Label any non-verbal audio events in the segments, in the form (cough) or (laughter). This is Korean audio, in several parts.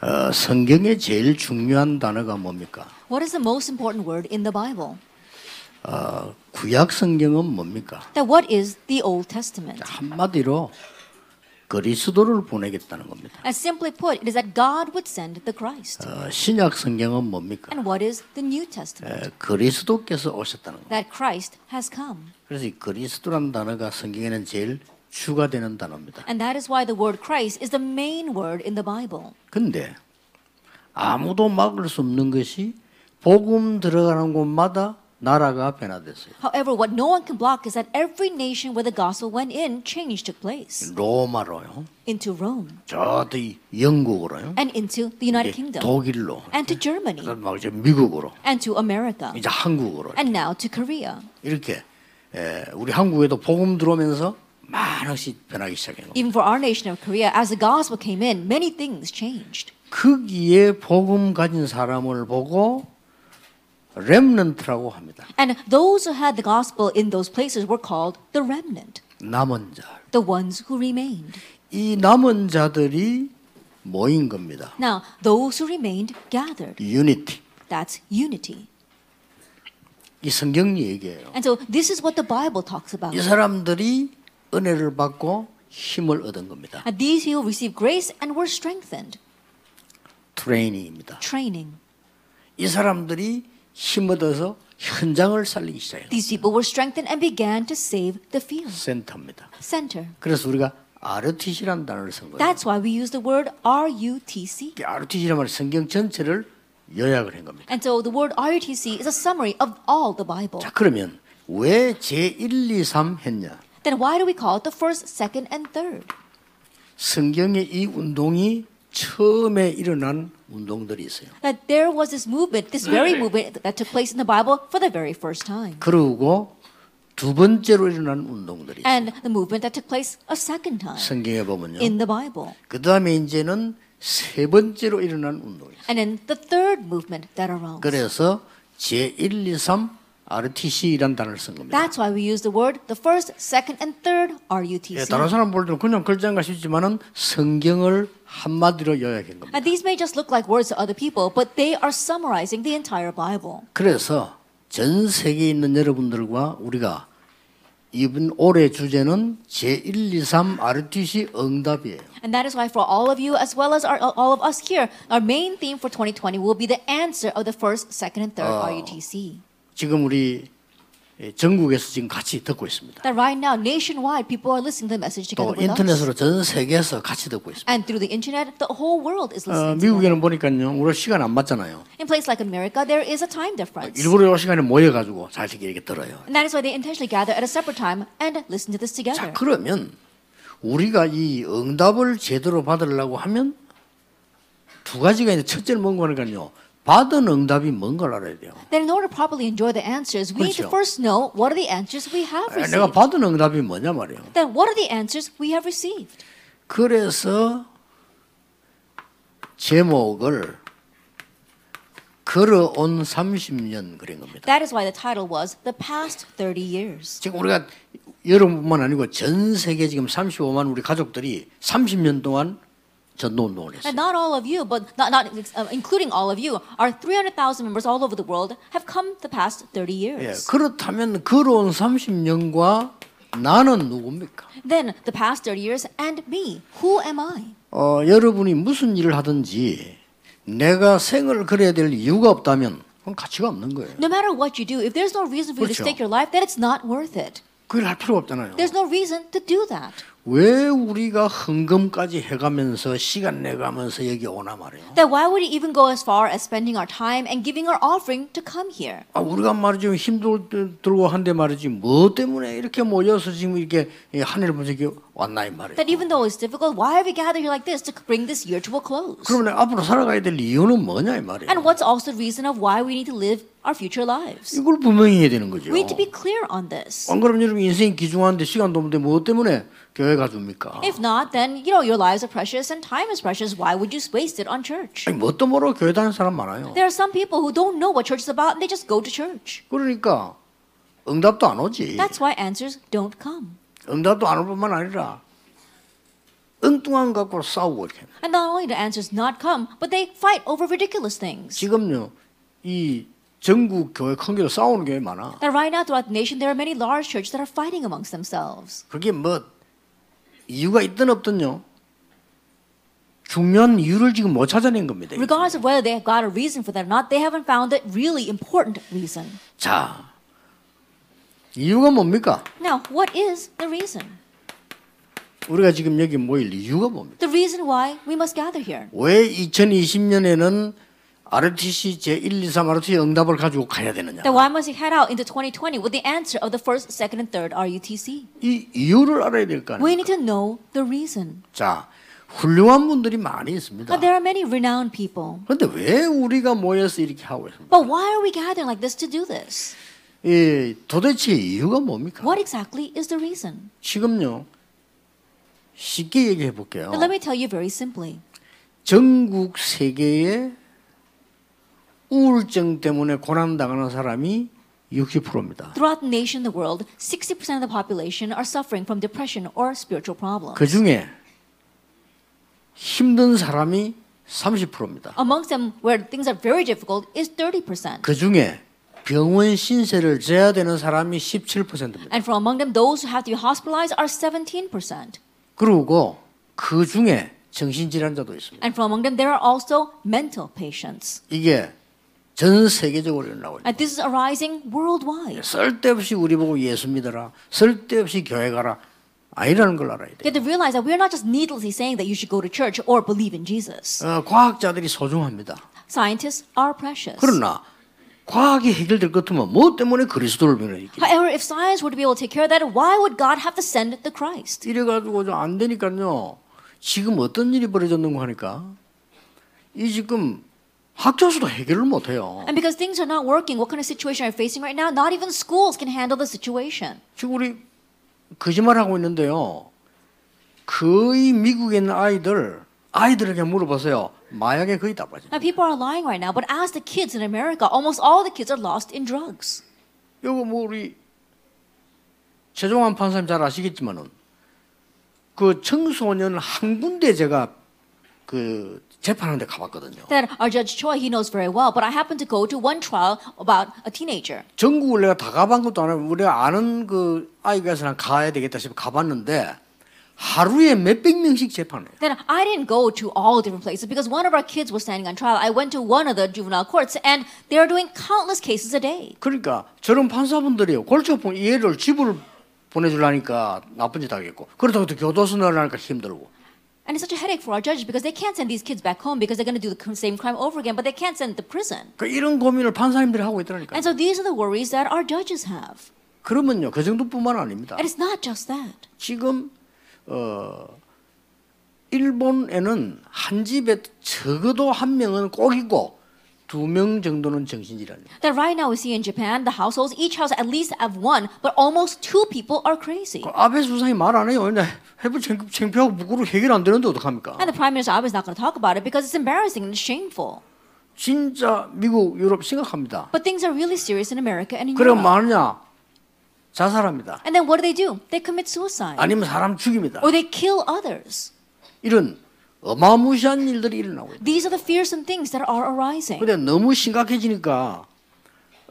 어, 성경에 제일 중요한 단어가 뭡니까? What is the most important word in the Bible? 어, 구약 성경은 뭡니까? That what is the Old Testament? 한마디로 그리스도를 보내겠다는 겁니다. And simply put, it is that God would send the Christ. 어, 신약 성경은 뭡니까? And what is the New Testament? 에, 그리스도께서 오셨다는 겁니다. That Christ has come. 그래서 이 그리스도란 단어가 성경에는 제일 추가되는 단어입니다. And that is why the word Christ is the main word in the Bible. 근데 아무도 막을 수 없는 것이 복음 들어가는 곳마다 나라가 변화됐어요. However, what no one can block is that every nation where the gospel went in, change took place 로마로요, into Rome 저도 이 영국으로요, and into the United 이제 Kingdom 독일로, and to 그다음 Germany 막 이제 미국으로, and to America 이제 한국으로 and now to Korea. 이렇게 에, 우리 한국에도 복음 들어오면서 많은 것이 변하기 시작해요. Even for our nation of Korea, as the gospel came in, many things changed. 거기에 복음 가진 사람을 보고 렘넌트라고 합니다. And those who had the gospel in those places were called the remnant, 남은 자. the ones who remained. 이 남은 자들이 모인 겁니다. Now, those who remained gathered. 유니티. That's unity. 이 성경 얘기예요. And so, this is what the Bible talks about. 이 사람들이 은혜를 받고 힘을 얻은 겁니다. And these people received grace and were strengthened. 트레이닝입니다. Training. 이 사람들이 힘 얻어서 현장을 살리기 시작해요. These people were strengthened and began to save the field. 센터입니다. Center. 그래서 우리가 RTC라는 단어를 쓴 거예요. That's why we use the word RUTC. RTC라는 말은 성경 전체를 요약을 한 겁니다. And so, the word RUTC is a summary of all the Bible. 자, 그러면 왜 제1, 2, 3 했냐? Then, why do we call it the first, second, and third? 성경의 이 운동이 처음에 일어난 운동들이 있어요. that there was this movement, this very movement that took place in the Bible for the very first time. 그리고 두 번째로 일어난 운동들이 있어요. And the movement that took place a second time 성경에 보면요. in the Bible. 그 다음에 이제는 세 번째로 일어난 운동이에요. And then the third movement that arose. 그래서 제1, 2, 3 RTC라는 단어를 쓴 겁니다. That's why we use the word the first, second, and third 예, 다른 RUTC. 사람 볼 때는 그냥 글자인 것이지만은 성경을 한마디로 요약한 겁니다. And these may just look like words to other people, but they are summarizing the entire Bible. 그래서 전 세계에 있는 여러분들과 우리가 이번 올해 주제는 제1, 2, 3 RTC 응답이에요. And that is why for all of you, as well as our, all of us here, our main theme for 2020 will be the answer of the first, second, and third RUTC. 지금 우리 전국에서 지금 같이 듣고 있습니다. That right now, nationwide, people are listening to the message together 또 with us. 인터넷으로 전 세계에서 같이 듣고 있습니다. And through the internet, the whole world is 어, listening. together. 미국에는 보니까요, 우리 시간 안 맞잖아요. In place like America, there is a time difference. 일부러 이 시간에 모여가지고 잘 듣게 이렇게 들어요. And that is why they intentionally gather at a separate time and listen to this 자 together. 그러면 우리가 이 응답을 제대로 받으려고 하면 두 가지가 있는데 첫째는 뭔가 하니까요. 받은 응답이 뭔 걸 알아야 돼요. Then, in order to properly enjoy the answers, we need to 그렇죠. first know what are the answers we have 아, 내가 received. 받은 응답이 뭐냐 말이에요. Then, what are the answers we have received? 그래서 제목을 걸어온 30년 그런 겁니다. That is why the title was The Past 30 Years. 지금 우리가 여러분뿐만 아니고 전 세계 지금 35만 우리 가족들이 30년 동안 전도 운동을 했어요. And not all of you, but not, not uh, including all of you, our 300,000 members all over the world have come the past 30 예, years. 그렇다면 걸어온 30년과 나는 누굽니까? Then, the past 30 years and me. Who am I? 어, 여러분이 무슨 일을 하든지 내가 생을 그려야 될 이유가 없다면 그건 가치가 없는 거예요. No matter what you do, if there's no reason for you to 그렇죠. stake your life, then it's not worth it. 그걸 할 필요가 없잖아요. There's no reason to do that. 왜 우리가 헌금까지 해가면서 시간 내가면서 여기 오나 말이에요. Then why would you even go as far as spending our time and giving our offering to come here? 아, 우리가 말이죠 힘들고 한데 말이지 뭐 때문에 이렇게 모여서 지금 이렇게 이 하늘을 보기 왔나 이 말이에요. That even though it's difficult, why have we gathered here like this to bring this year to a close? 그러면 앞으로 살아가야 될 이유는 뭐냐 이 말이에요. And what's also the reason of why we need to live our future lives? 이걸 분명히 해야 되는 거죠. We need to be clear on this. 안 그러면 여러분 인생 기중한데 시간도 없는데 뭐 때문에 교회 가줍니까? If not, then you know your lives are precious and time is precious. Why would you waste it on church? 아니 뭣도 모르고 교회 다니는 사람 많아요. There are some people who don't know what church is about and they just go to church. 그러니까 응답도 안 오지. That's why answers don't come. 응답도 안 올 뿐만 아니라 엉뚱한 것 갖고 싸우고 이렇게. And not only do answers not come, but they fight over ridiculous things. 지금요 이 전국 교회 큰 교회 싸우는 교회 많아. That right now throughout the nation, there are many large churches that are fighting amongst themselves. 그게 뭐 이유가 있든 없든요 중요한 이유를 지금 못 찾아낸 겁니다. Regardless of whether they've got a reason for that or not, they haven't found that really important reason. 자 이유가 뭡니까? Now, what is the reason? 우리가 지금 여기 모일 이유가 뭡니까? The reason why we must gather here. 왜 2020년에는 RTC 제 1, 2, 3 RTC 응답을 가지고 가야 되느냐? Then why must we head out into 2020 with the answer of the first, second, and third RUTC? 이 이유를 알아야 될 거 아니에요. We need to know the reason. 자, 훌륭한 분들이 많이 있습니다. Now, there are many renowned people. 그런데 왜 우리가 모여서 이렇게 하고 있습니까? But why are we gathering like this to do this? 이 도대체 이유가 뭡니까? What exactly is the reason? 지금요. 쉽게 얘기해 볼게요. Now, let me tell you very simply. 전국 세계에 우울증 때문에 고난 당하는 사람이 60%입니다. Throughout the nation and the world, 60% of the population are suffering from depression or spiritual problems. 그 중에 힘든 사람이 30%입니다. Amongst them, where things are very difficult, is 30%. 그 중에 병원 신세를 져야 되는 사람이 17%입니다. And from among them, those who have to be hospitalized are 17%. 그리고 그 중에 정신질환자도 있습니다. And from among them, there are also mental patients. 이게 전 세계적으로 일어나고 있습니다. And this is arising worldwide. 쓸데없이 우리 보고 예수 믿어라. 쓸데없이 교회 가라. 아니라는 걸 알아야 돼요. You have to realize that we're not just needlessly saying that you should go to church or believe in Jesus. 어, 과학자들이 소중합니다. Scientists are precious. 그러나 과학이 해결될 것 같으면 뭐 때문에 그리스도를 믿느냐 이게. However, if science were to be able to take care of that, why would God have to send the Christ? 이래가지고 좀 안 되니까요. 지금 어떤 일이 벌어졌는가 하니까 이 지금 학교에서도 해결을 못해요. And because things are not working, what kind of situation are you facing right now? Not even schools can handle the situation. 지금 우리 거짓말하고 있는데요. 거의 미국에 있는 아이들 아이들에게 물어보세요. 마약에 거의 다 빠져. Now, people are lying right now, but ask the kids in America. Almost all the kids are lost in drugs. 요거 뭐 우리 최종환 판사님 잘 아시겠지만은 그 청소년 한 군데 제가 그 재판하는데 가봤거든요. That our Judge Choi, he knows very well, but I happened to go to one trial about a teenager. 전국을 내가 다 가본 것도 아니고 우리가 아는 그 아이가 있어서 난 가야 되겠다 싶어 가봤는데 하루에 몇백 명씩 재판해요. Then I didn't go to all different places because one of our kids was standing on trial. I went to one of the juvenile courts and they are doing countless cases a day. 그러니까 저런 판사분들이요 골치 아픈 얘를 집을 보내주려니까 나쁜 짓 하겠고 그렇다고 또 교도소 넣으려니까 힘들고 And it's such a headache for our judges because they can't send these kids back home because they're going to do the c- same crime over again, but they can't send them to prison. 그 이런 고민을 판사님들이 하고 있더라니까 And so these are the worries that our judges have. 그러면요 그 정도뿐만 아닙니다 And it's not just that. 지금 어 일본에는 한 집에 적어도 한 명은 꼭 있고 두 명 정도는 정신질환이 That right now we see in Japan, the households, each house at least have one, but almost two people are crazy. 그 아베 수상이 말 안 해요 그냥 해부 창- 창피하고 부끄러워 해결 안 되는데 어떡합니까 And the Prime Minister Abe is not going to talk about it because it's embarrassing and shameful. 진짜 미국 유럽 심각합니다 But things are really serious in America and in 그럼 Europe. 뭐하느냐 자살합니다 And then what do they do? They commit suicide. 아니면 사람 죽입니다. or they kill others. 이런 어마무시한 일들이 일어나고 있어요. These are the fearsome things that are arising. 근데 너무 심각해지니까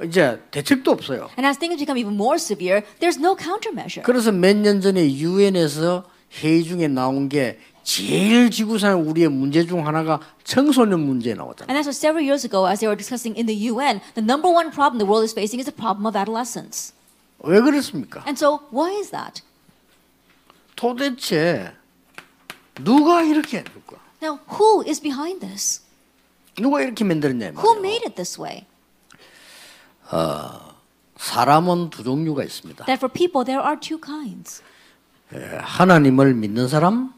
이제 대책도 없어요. And as things become even more severe, there's no countermeasure. 그래서 몇 년 전에 유엔에서 회의 중에 나온 게 제일 지구상 우리의 문제 중 하나가 청소년 문제 나왔잖아요. And that's what several years ago, as they were discussing in the UN, the number one problem the world is facing is the problem of adolescence. 왜 그렇습니까? And so, why is that? 도대체 누가 이렇게 해줄까? Now, who is behind this? 누가 이렇게 만들었냐? 이 Who 말이에요. made it this way? 사람은 두 종류가 있습니다. That for people, there are two kinds 하나님을 믿는 사람,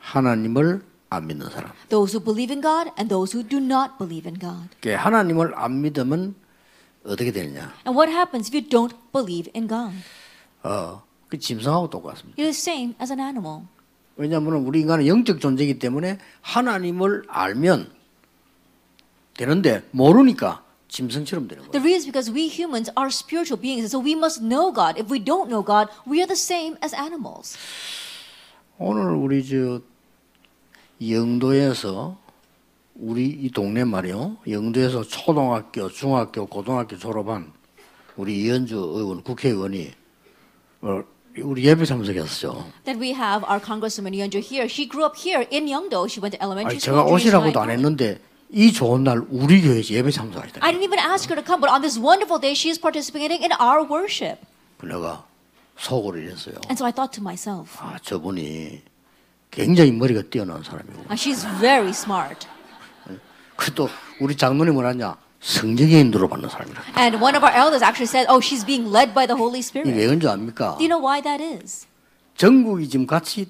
하나님을 안 믿는 사람. those who believe in God and those who do not believe in God. 그러니까 하나님을 안 믿으면 어떻게 되느냐? And what happens if you don't believe in God? 어, 그 짐승하고 똑같습니다. You're the same as an animal. 왜냐하면 우리 인간은 영적 존재이기 때문에 하나님을 알면 되는데 모르니까 짐승처럼 되는 거예요. The reason is because we humans are spiritual beings, and so we must know God. If we don't know God, we are the same as animals. 오늘 우리 저 영도에서 우리 이 동네 말이요. 영도에서 초등학교, 중학교, 고등학교 졸업한 우리 이현주 의원, 국회의원이 어, 우리 예배 참석했었죠. Then we have our Congresswoman Yeonjo here. She grew up here in Yeongdo. She went to 아니, elementary 제가 school. junior high, 오시라고도 안 했는데 이 좋은 날 우리 교회 예배 참석하더라고요. I didn't even ask her to come, but on this wonderful day, she is participating in our worship. 내가 속으로 이랬어요. And so I thought to myself, 아 저분이 굉장히 머리가 뛰어난 사람이고 "Ah, she's very smart. 그또 우리 장로님 뭐라냐 성령의 인도로 받는 사람이라. And one of our elders actually said, oh, she's being led by the Holy Spirit. 이게 왜 그런지 압니까? Do you know why that is? 전국이 지금 같이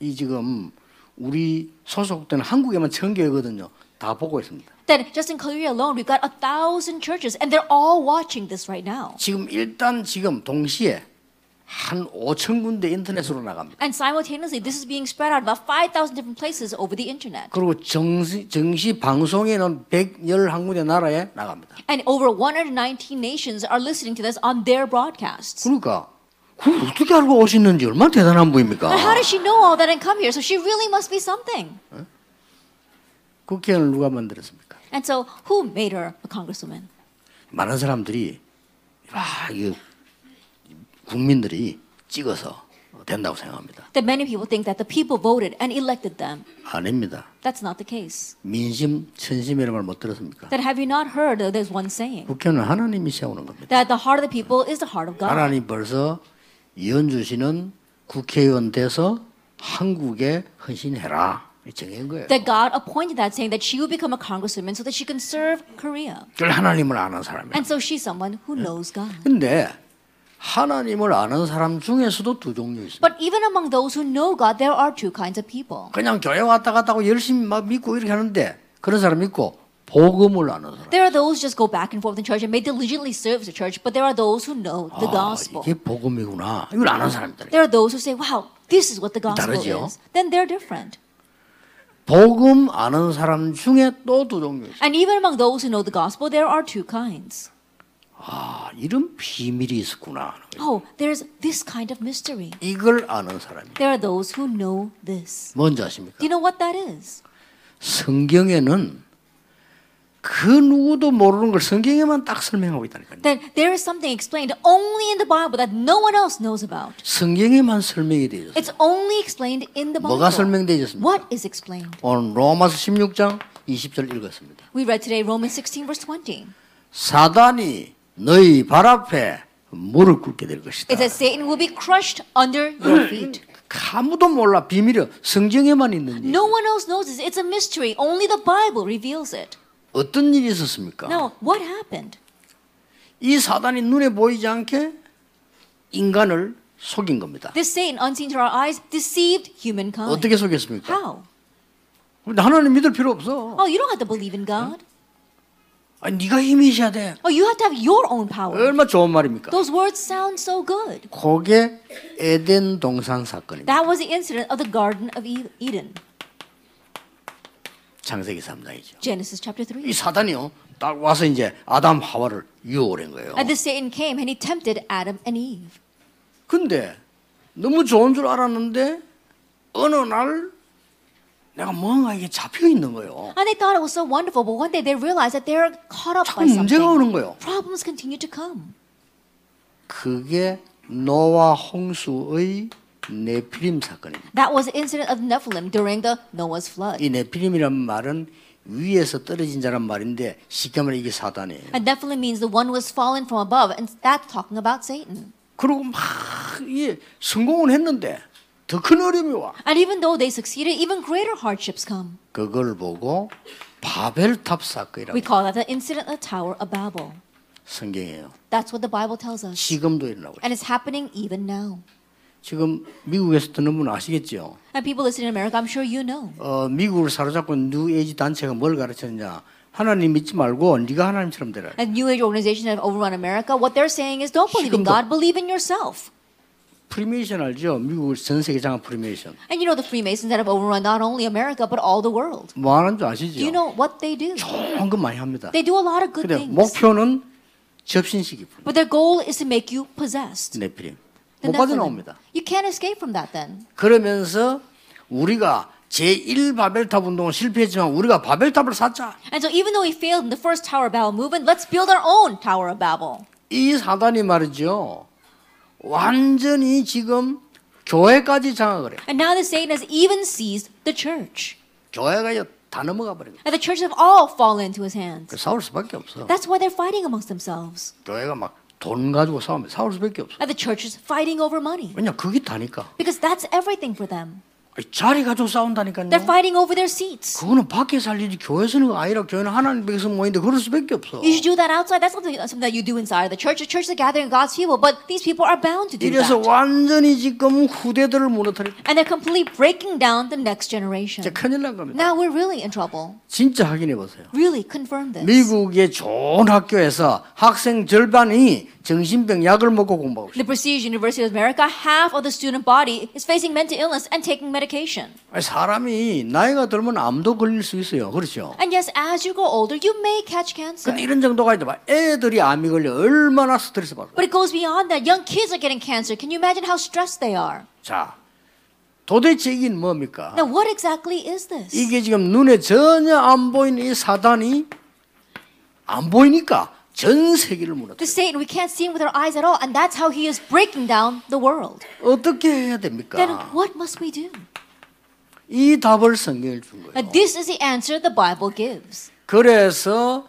이 지금 우리 소속된 한국에만 천 개거든요. 다 보고 있습니다. That just in Korea alone, we've got a thousand churches, and they're all watching this right now. 지금 일단 지금 동시에 한 5천 군데 인터넷으로 나갑니다. And simultaneously, this is being spread out about 5,000 different places over the internet. 그리고 정시, 정시 방송에는 111군데 나라에 나갑니다. And over 119 nations are listening to this on their broadcasts. 그러니까 그걸 어떻게 알고 오시는지 얼마나 대단한 But how 분입니까? does she know all that and come here? So she really must be something. 국회의원을 누가 만들었습니까? And so, who made her a congresswoman? 많은 사람들이 아, 이거 국민들이 찍어서 된다고 생각합니다. That many people think that the people voted and elected them. 아닙니다. That's not the case. 민심, 천심이라는 말 못 들었습니까? That have you not heard that there's one saying? 국회는 하나님이 세우는 겁니다. That the heart of the people is the heart of God. 하나님 벌써 이현주 씨는 국회의원 돼서 한국에 헌신해라 이 정해진 거예요. That God appointed that saying that she would become a congresswoman so that she can serve Korea. 그걸 하나님을 아는 사람이에요. And so she's someone who knows God. 근데 하나님을 아는 사람 중에서도 두 종류 있습니다. But even among those who know God, there are two kinds of people. 그냥 교회 왔다 갔다 하고 열심히 막 믿고 이렇게 하는데 그런 사람 있고 복음을 아는 사람. There are those who just go back and forth in church and may diligently serve the church, but there are those who know the 아, gospel. 이게 복음이구나. 이걸 아는 사람들. There are those who say, wow, this is what the gospel 다르죠. is. Then they're different. 복음 아는 사람 중에 또 두 종류 있어요. And even among those who know the gospel, there are two kinds. 아, 이런 비밀이 있었구나. 하는 거예요. Oh, there's this kind of mystery. 이걸 아는 사람이. There are those who know this. 뭔지 아십니까? Do you know what that is? 성경에는 그 누구도 모르는 걸 성경에만 딱 설명하고 있다니까요. That there is something explained only in the Bible that no one else knows about. 성경에만 설명이 되어 있어요. It's only explained in the Bible. 뭐가 설명되어졌습니까? What is explained? 오늘 로마서 16장 20절 읽었습니다. We read today Romans 16, verse 20. 사단이 너희 발 앞에 무릎 꿇게 될 것이다. It says Satan will be crushed under your feet. 아무도 몰라 비밀이요. 성경에만 있는 일. No one else knows this. It's a mystery. Only the Bible reveals it. 어떤 일이 있었습니까? Now, what happened? 이 사단이 눈에 보이지 않게 인간을 속인 겁니다. This Satan, unseen to our eyes, deceived humankind. 어떻게 속였습니까? How? 근데 하나님 믿을 필요 없어. Oh, you don't have to believe in God. 아니 네가 힘이셔야 돼. Oh, you have to have your own power. 얼마 좋은 말입니까? Those words sound so good. 그게 에덴 동산 사건입니다. That was the incident of the Garden of E- Eden, 창세기 3장이죠. Genesis chapter 이 3. 사단이요. 딱 와서 이제 아담 하와를 유혹한 거예요. And this Satan came and he tempted Adam and Eve. 근데 너무 좋은 줄 알았는데 어느 날 내가 뭔가 이게 잡혀 있는 거예요. And they thought it was so wonderful, but one day they realized that they're caught up by 자꾸 문제가 something. 오는 거예요. Problems continue to come. 그게 노아 홍수의 네피림 사건입니다. That was the incident of Nephilim during the Noah's flood. 이 네피림이란 말은 위에서 떨어진 자란 말인데 쉽게 말해 이게 사단이에요. And Nephilim means the one who has fallen from above, and that's talking about Satan. 그리고 막 이게 성공은 했는데 더 큰 어려움이 와. And even though they succeeded, even greater hardships come. 그걸 보고 바벨탑 사건이라고 We call that the incident of the Tower of Babel. 성경이에요. That's what the Bible tells us. 지금도 일어나고 있어요. And it's happening even now. 지금 미국에서 듣는 분 아시겠죠? And people listening in America, I'm sure you know. 어, 미국을 사로잡고 뉴에이지 단체가 뭘 가르쳤냐? 하나님 믿지 말고 네가 하나님처럼 되라. And New Age organizations that have overrun America, what they're saying is don't believe in 지금도. God, believe in yourself. 프리메이션 알죠? 미국 전 세계 장악 프리메이션. And you know the Freemasons that have overrun not only America, but all the world. 뭐 하는 줄 Do you 아시죠? know what they do? 좋은 거 많이 합니다. They do a lot of good 근데 things. 목표는 접신식이 뿐. But their goal is to make you possessed. 네피림. The 못 Nephilim. 빠져나옵니다. You can't escape from that then. 그러면서 우리가 제1 바벨탑 운동은 실패했지만 우리가 바벨탑을 쌓자. And so, even though we failed in the first Tower of Babel movement, let's build our own Tower of Babel. 이 사단이 말이죠. 완전히 지금 교회까지 장악을 해요. And now the Satan has even seized the church. 교회가 다 넘어가 버린 거예요. And the churches have all fallen into his hands. 그래서 싸울 수밖에 없어. That's why they're fighting amongst themselves. 교회가 막 돈 가지고 싸우면 싸울 수밖에 없어. And the church is fighting over money. 왜냐 그게 다니까. Because that's everything for them. 아니, 자리 가지고 싸운다니까요. They're fighting over their seats. 그거는 밖에 살 일이 교회에서는 그거 아니라 교회는 하나님 밖에서 모이는데 그럴 수밖에 없어. You should do that outside. That's something, something that you do inside of the church. The church is a gathering of God's people, but these people are bound to do 이래서 that. 완전히 지금 후대들을 무너뜨려 And they're completely breaking down the next 진짜 generation. 큰일 난 겁니다. Now we're really in trouble. 진짜 확인해 보세요. Really confirm this. 미국의 좋은 학교에서 학생 절반이 정신병 약을 먹고 공부하고 있어요. The Prestige University of America, half of the student body is facing mental illness and taking medication. 아니, 사람이 나이가 들면 암도 걸릴 수 있어요. 그렇죠? And yes, as you grow older, you may catch cancer. 근데 이런 정도가 아니라 애들이 암이 걸려 얼마나 스트레스 받아요. But it goes beyond that. Young kids are getting cancer. Can you imagine how stressed they are? 자, 도대체 이게 뭡니까? Now, what exactly is this? 이게 지금 눈에 전혀 안 보이는 이 사단이 안 보이니까 전 세계를 The 무너뜨려. Satan, we can't see him with our eyes at all, and that's how he is breaking down the world. 어떻게 해야 Then 됩니까? what must we do? 이 답을 성경에 준 Now, 거예요. this is the answer the Bible gives. 그래서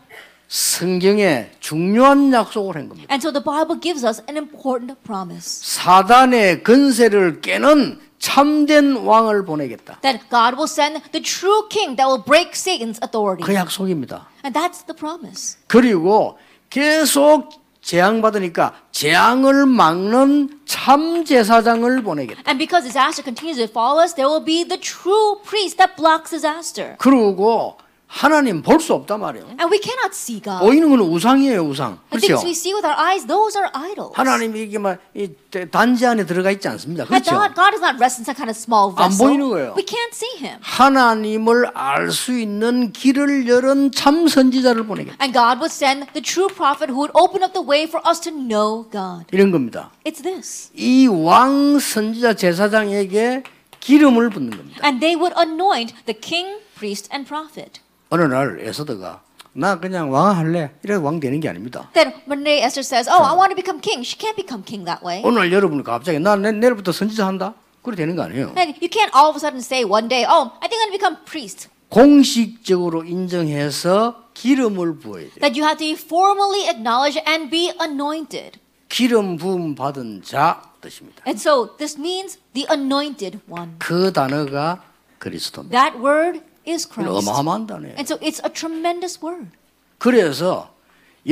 성경에 중요한 약속을 한 겁니다. And so the Bible gives us an important promise 사단의 근세를 깨는 참된 왕을 보내겠다. that God will send the true king that will break Satan's 그 authority. 약속입니다. And that's the promise. 그리고 계속 재앙받으니까 재앙을 막는 참 제사장을 보내겠다. And because disaster continues to follow us, there will be the true priest that blocks disaster. 그리고 하나님 볼 수 없단 말이에요. And we cannot see God. 보이는 건 우상이에요, 우상. The 그렇죠? things we see with our eyes, those are idols. 하나님이 이게 막이 단지 안에 들어가 있지 않습니다. But 그렇죠? God, God does not rest in some kind of small 안 vessel. 보이는 거예요. We can't see Him. 하나님을 알 수 있는 길을 열은 참 선지자를 보내겠다. And God would send the true prophet who would open up the way for us to know God. 이런 겁니다. It's this. 이 왕 선지자 제사장에게 기름을 붓는 겁니다. And they would anoint the king, priest, and prophet. 어느 날 에서드가 나 그냥 왕 할래. 이래 왕 되는 게 아닙니다. Then when Mary Esther says, Oh, I want to become king, she can't become king that way. 오늘 여러분 갑자기 나 내- 내일부터 선지자 한다. 그래 되는 거 아니에요. And you can't all of a sudden say one day, Oh, I think I'm going to become priest. 공식적으로 인정해서 기름을 부어야 돼요. That you have to be formally acknowledged and be anointed. 기름 부음 받은 자 뜻입니다. And so this means the anointed one. 그 단어가 그리스도입니다. That word is 이건 Christ. 어마어마한 단어예요. And so it's a tremendous word. 그래서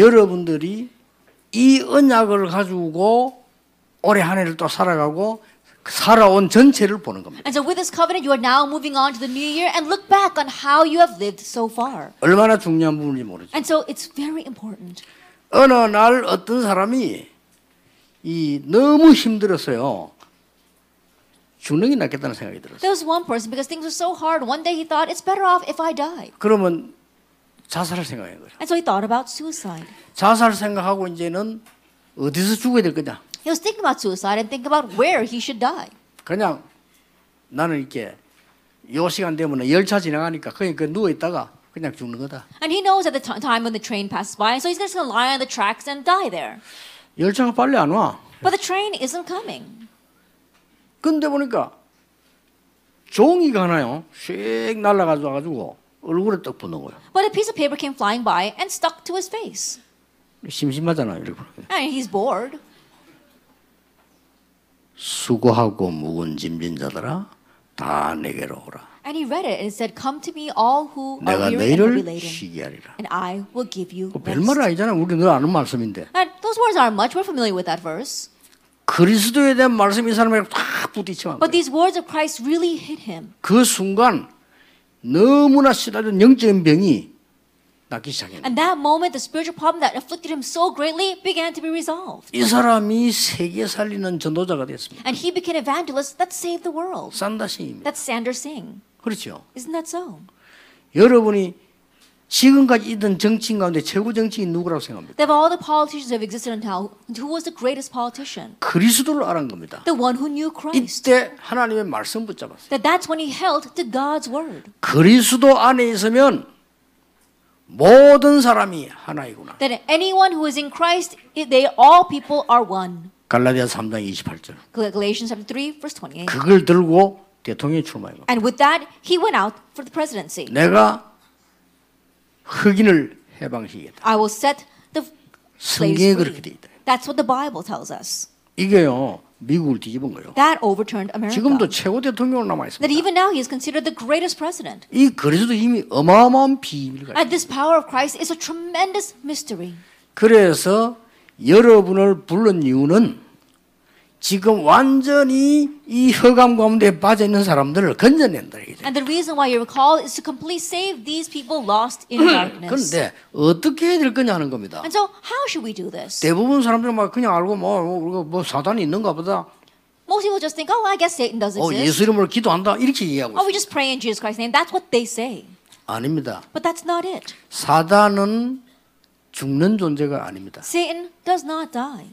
여러분들이 이 언약을 가지고 올해 한 해를 또 살아가고 살아온 전체를 보는 겁니다. And so with this covenant, you are now moving on to the new year and look back on how you have lived so far. 얼마나 중요한 부분인지 모르죠. And so it's very important. 어느 날 어떤 사람이 이 너무 힘들었어요. 죽는 게 낫겠다는 생각이 들었어요. There was one person because things were so hard. One day he thought it's better off if I die. 그러면 자살을 생각한 거예요. And so he thought about suicide. 자살 생각하고 이제는 어디서 죽어야 될 거냐? He was thinking about suicide and thinking about where he should die. 그냥 나는 이렇게 요 시간 되면 열차 지나가니까 그냥 그 누워 있다가 그냥 죽는 거다. And he knows at the t- time when the train passes by, so he's just going to lie on the tracks and die there. 열차가 빨리 안 와. But the train isn't coming. 근데 보니까 종이가 하나요. 휙 날아가져 가지고 얼굴에 떡 붙는 거예요. But a piece of paper came flying by and stuck to his face. 심심하잖아요. 이러고. And he's bored. 수고하고 무거운 짐진 자들아 다 내게로 오라. And he read it and it said, Come to me, all who 내가 are weary and heavy 너희를 laden. 쉬게 하리라. and I will give you 그 rest. 별말 아니잖아. 우리 늘 아는 말씀인데. And those words aren't much. We're familiar with that verse. 그리스도에 대한 말씀이 이 사람에게 탁 부딪히면 But these words of Christ really hit him. 그 순간 너무나 시달리는 영적인 병이 낫기 시작해요. And that moment, the spiritual problem that afflicted him so greatly began to be resolved. 이 사람이 세계 살리는 전도자가 됐습니다. And he became an evangelist that saved the world. 산다싱입니다. That's Sander Singh. 그렇죠. Isn't that so? 여러분이 지금까지 있던 정치인 가운데 최고 정치인 누구라고 생각합니까? That of all the politicians that have existed until now, who was the greatest politician? 그리스도를 알은 겁니다. The one who knew Christ. 이때 하나님의 말씀 붙잡았어요. That that's when he held to God's word. 그리스도 안에 있으면 모든 사람이 하나이구나. That anyone who is in Christ, it- they all people are one. 갈라디아 3장 28절. Gal- Galatians chapter 3, verse 28. 그걸 들고 대통령이 출마해요. And with that, he went out for the presidency. 내가 흑인을 해방시키겠다. I will set the slaves 성경에 그렇게 돼 free. 있다. That's what the Bible tells us. 이게요 미국을 뒤집은 거예요. That overturned 지금도 America. 최고 대통령으로 남아 That 있습니다. even now he is considered the greatest president. 이 그리스도 힘이 어마어마한 비밀가 있어요. And this power of Christ is a tremendous mystery. 그래서 여러분을 부른 이유는 지금 완전히 이 흑암 가운데 빠져 있는 사람들을 건져낸다 이게. And the reason why you're called is to completely save these people lost in darkness. 그런데 어떻게 해야 될 거냐 하는 겁니다. And so, how should we do this? 대부분 사람들은 막 그냥 알고 뭐 우리가 뭐 사단이 있는가 보다. Most people just think, oh, I guess Satan does 어 exist. 예수 이름으로 기도한다 이렇게 이해하고 Oh, 있어요. we just pray in Jesus Christ's name. That's what they say. 아닙니다. But that's not it. 사단은 죽는 존재가 아닙니다. Satan does not die.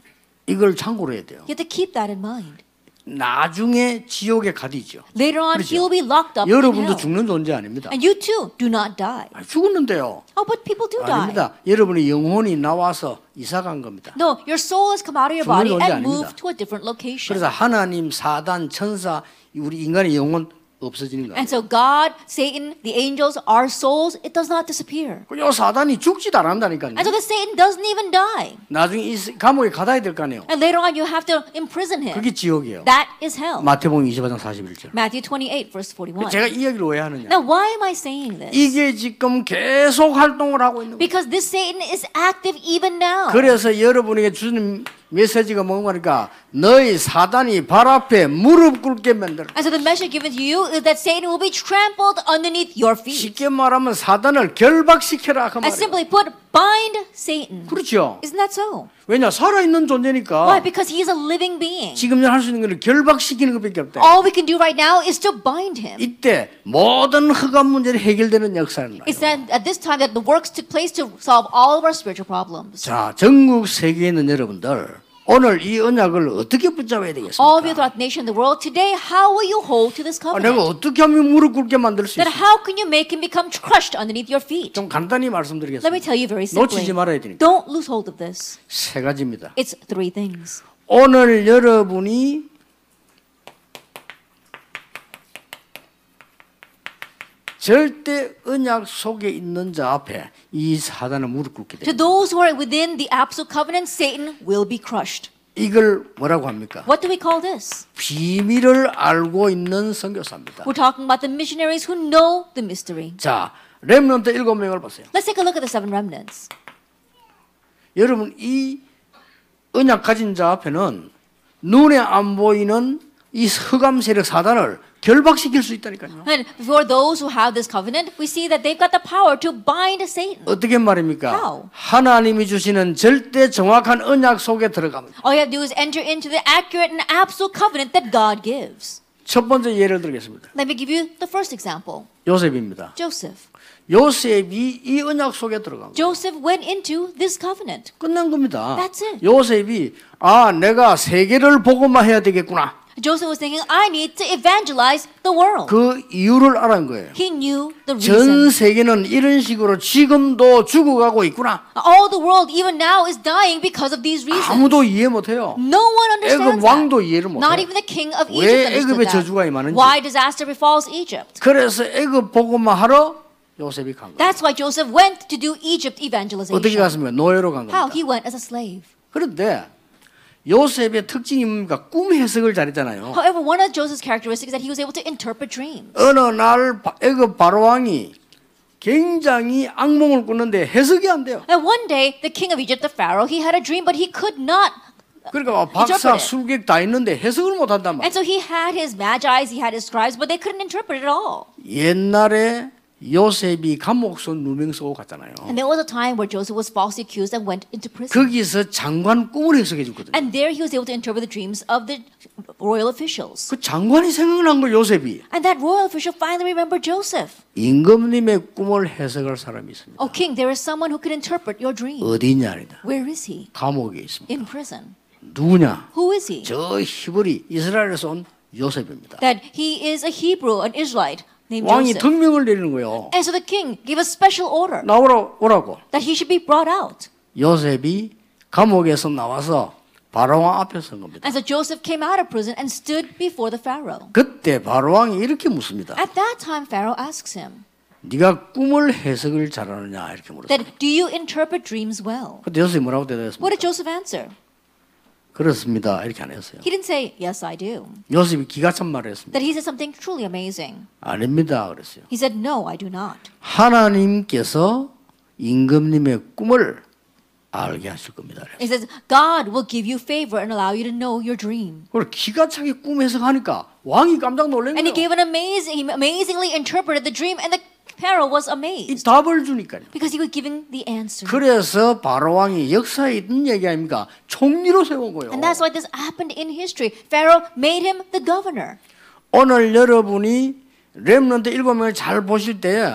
이걸 참고로 해야 돼요. You have to keep that in mind. 나중에 지옥에 가디죠. Later on, 그렇죠. he will be locked up in 여러분도 hell. 죽는 존재 아닙니다. And you too do not die. 아, 죽었는데요. Oh, but people do die. 아닙니다. 여러분의 영혼이 나와서 이사 간 겁니다. No, your soul has come out of 죽는 your body 존재 and 아닙니다. moved to a different location. 그래서 하나님, 사단, 천사, 우리 인간의 영혼 없어지는 거예요. And so God, Satan, the angels, our souls, it does not disappear. 요 사단이 죽지도 않는다니까요. And so the Satan doesn't even die. 나중에 이 감옥에 가다야 될 거 아니에요. And later on you have to imprison him. 그게 지옥이에요. That is hell. 마태복음 24장 41절. Matthew 28 verse 41. 제가 이 얘기를 왜 하느냐. Now why am I saying this? 이게 지금 계속 활동을 하고 있는 거예요. Because this Satan is active even now. 그래서 여러분에게 주는 메시지가 뭔가니까 너희 사단이 발 앞에 무릎 꿇게 만들어. And so the message given to you is that Satan will be trampled underneath your feet. 쉽게 말하면 사단을 결박시켜라 그 And 말이에요. simply put, bind Satan. 그렇죠. Isn't that so? 왜냐 살아있는 Why? 존재니까 Because he is a living being. 지금 할수 있는 것을 결박시키는 것밖에 없다. All we can do right now is to bind him. 이때 모든 흑암 문제를 해결되는 역사는 It's then at this time that the works took place to solve all of our spiritual problems. 자 전국 세계에 있는 여러분들 오늘 이 언약을 어떻게 붙잡아야 All of you 되겠습니까? throughout the nation and the world, today, how will you hold to this 아, 내가 covenant? 어떻게 하면 무릎 꿇게 만들 수 That 있어? how can you make him become crushed underneath your feet? 좀 간단히 Let me 말씀드리겠습니다. tell you very 놓치지 말아야 되니까 simply. Don't lose hold of this. 세 가지입니다. It's three things. 오늘 여러분이 절대 언약 속에 있는 자 앞에 이 사단을 무릎 꿇게 To 됩니다. those who are within the absolute covenant, Satan will be crushed. 이걸 뭐라고 합니까? What do we call this? 비밀을 알고 있는 선교사입니다. We're talking about the missionaries who know the mystery. 자, 렘넌트 일곱 명을 보세요. Let's take a look at the seven remnants. 여러분 이 언약 가진 자 앞에는 눈에 안 보이는 이 흑암 세력 사단을 결박시킬 수 있다니까요. And for those who have this covenant, we see that they've got the power to bind Satan. 어떻게 말입니까? How? 하나님이 주시는 절대 정확한 언약 속에 들어가면 All you have to do is enter into the accurate and absolute covenant that God gives. 첫 번째 예를 들겠습니다. Let me give you the first example 요셉입니다. Joseph. 요셉이 이 언약 속에 들어간 거예요. Joseph went into this covenant. 끝난 겁니다. That's it. 요셉이 아 내가 세계를 보고만 해야 되겠구나. Joseph was thinking, I need to evangelize the world. 그 이유를 알은 거예요. He knew the 전 reason. 세계는 이런 식으로 지금도 죽어가고 있구나. All the world, even now, is dying because of these reasons. 아무도 이해 못해요. No one 애굽 understands 왕도 that. 이해를 Not 못해요. even the king of 왜 Egypt 애굽의 understood 저주가 that. 임하는지. Why disaster befalls Egypt. 그래서 애굽 보고만 하러 요셉이 간 거예요. That's why Joseph went to do Egypt 어떻게 evangelization. 갔습니까? 노예로 간 겁니다. How he went as a slave. 그런데 요셉의 특징이 뭡니까? 꿈 해석을 잘했잖아요. However, one of Joseph's characteristics is that he was able to interpret dreams. 어느 날 바- 애굽 바로 왕이 굉장히 악몽을 꾸는데 해석이 안 돼요. And one day, the king of Egypt, the pharaoh, he had a dream, but he could not. 그러니까 막 박사, Interpret it. 술객 다 있는데 해석을 못 한단 말이에요. And so he had his magi's, he had his scribes, but they couldn't interpret it all. 옛날에 요셉이 감옥선 누명 쓰고 갔잖아요. And there was a time where Joseph was falsely accused and went into prison. 거기서 장관 꿈을 해석해 줬거든요. And there he was able to interpret the dreams of the royal officials. 그 장관이 생각난 걸 요셉이 And that royal official finally remembered Joseph. 임금님의 꿈을 해석할 사람이 있습니다. Oh, king, there is someone who could interpret your dream. 어디 있냐 아니다. Where is he? 감옥에 있습니다. In prison. 누구냐? Who is he? 저 히브리 이스라엘에서 온 요셉입니다. That he is a Hebrew, an Israelite named 왕이 Joseph. 등명을 내리는 거예요. And so the king gave a special order 나오라 오라고. that he should be brought out. 요셉이 감옥에서 나와서 바로왕 앞에 선 겁니다. And so Joseph came out of prison and stood before the Pharaoh. 그때 바로왕이 이렇게 묻습니다. At that time, Pharaoh asks him, 네가 꿈을 해석을 잘하느냐 이렇게 물었어요. that, Do you interpret dreams well? 그때 요셉이 뭐라고 What 대답했습니까? did Joseph answer? 그렇습니다. 이렇게 안 했어요. He didn't say, Yes, I do. 요셉이 기가 찬 말을 했습니다. That he said something truly amazing. 아닙니다. 그랬어요. He said, No, I do not. 하나님께서 임금님의 꿈을 알게 하실 겁니다. 그래요. He says, God will give you favor and allow you to know your dream. 그걸 기가 차게 꿈 해석하니까 왕이 깜짝 놀란 And he 거예요. gave an amazing, he amazingly interpreted the dream, and the Pharaoh was 이 amazed 답을 주니까요. because he was giving the answer. 음. 그래서 바로 왕이 역사에 있는 얘기 아닙니까? 총리로 세운 거예요. And that's why this happened in history. Pharaoh made him the governor. 오늘 여러분이 렘넌트 일곱 명을 잘 보실 때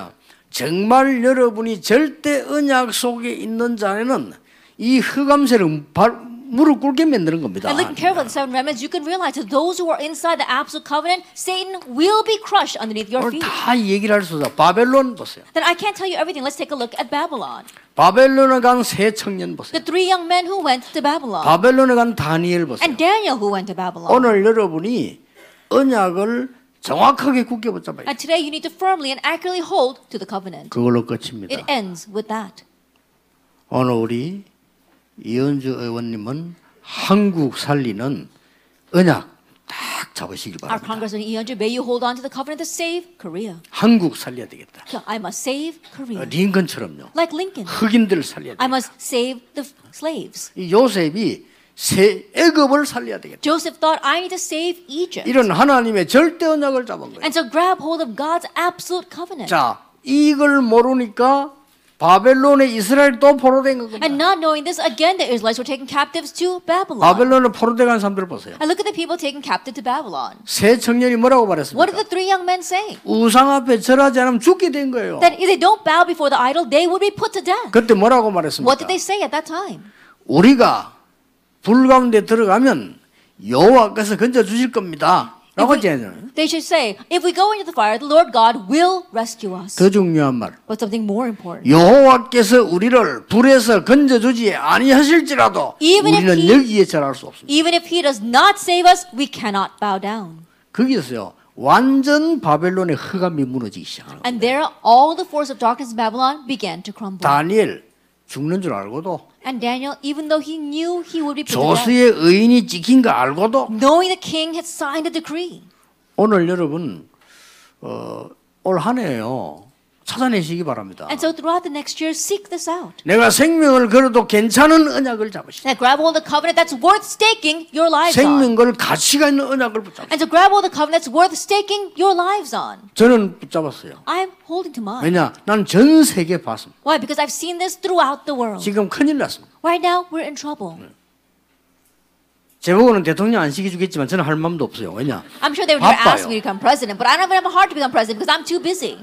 정말 여러분이 절대 언약 속에 있는 자에는 이 흑암새를 발, 무릎 꿇게 만드는 겁니다. And looking carefully at the seven remnants, you can realize that those who are inside the absolute covenant, Satan will be crushed underneath your 오늘 feet. 다 얘기를 할 수 없어. 바벨론 보세요. Then I can't tell you everything. Let's take a look at Babylon. 바벨론에 간 세 청년 보세요. The three young men who went to Babylon, 바벨론에 간 다니엘 보세요. and Daniel who went to Babylon. 오늘 여러분이 언약을 정확하게 굳게 붙잡아요. And today you need to firmly and accurately hold to the covenant. 그걸로 It 끝입니다. ends with that. 오늘 우리 이현주 의원님은 한국 살리는 언약 딱 잡으시길 Our 바랍니다. Congressman Eunju, may you hold on to the covenant to save Korea. 한국 살려야 되겠다. Yeah, I must save 어, Korea. 링컨처럼요. Like Lincoln, 흑인들을 살려야 I 되겠다. must save the f- slaves. 이 요셉이 세 애굽을 살려야 되겠다. Joseph thought, I need to save Egypt. 이런 하나님의 절대 언약을 잡은 거예요. And so grab hold of God's absolute covenant. 자, 이걸 모르니까 바벨론에 이스라엘 또 포로된 겁니다. And not knowing this, again, the Israelites were taken captives to Babylon. 바벨론에 포로돼 간 사람들 보세요. And look at the people taken captive to Babylon. 세 청년이 뭐라고 What did 말했습니까? the three young men say? 우상 앞에 절하지 않으면 죽게 된 거예요. That if they don't bow before the idol, they would be put to death. 그때 뭐라고 What 말했습니까? did they say at that time? 우리가 불 가운데 들어가면 여호와께서 건져 주실 겁니다라고 If we- 했잖아요. They should say, if we go into the fire, the Lord God will rescue us. 더 중요한 말. But something more important. 여호와께서 우리를 불에서 건져 주지 아니하실지라도 Even if 우리는 he- 여기에 절할 수 없습니다. Even if he does not save us, we cannot bow down. 거기서요. 완전 바벨론의 흑암이 무너지기 시작하는 거예요. And there all the force of darkness in Babylon began to crumble. 다니엘 죽는 줄 알고도 And Daniel, even though he knew he would be put to death, 조수의 의인이 찍힌 거 알고도 knowing the king had signed a decree. 오늘 여러분 어, 올 한해요 찾아내시기 바랍니다. And so throughout the next year, seek this out. 내가 생명을 걸어도 괜찮은 언약을 잡으시오. Now grab hold of the covenant that's worth staking your lives on. 생명걸 가치가 있는 언약을 붙잡으시오. And so grab hold of the covenant that's worth staking your lives on. 저는 붙잡았어요. I'm holding to mine. 왜냐? 난 전 세계 봤습니다. Why? Because I've seen this throughout the world. 지금 큰일 났습니다. Right now, we're in trouble. 제보고는 대통령 안 시켜주겠지만 저는 할 마음도 없어요. 왜냐? I'm sure they would never ask 바빠요. me to become president, but I don't even have a heart to become president because I'm too busy.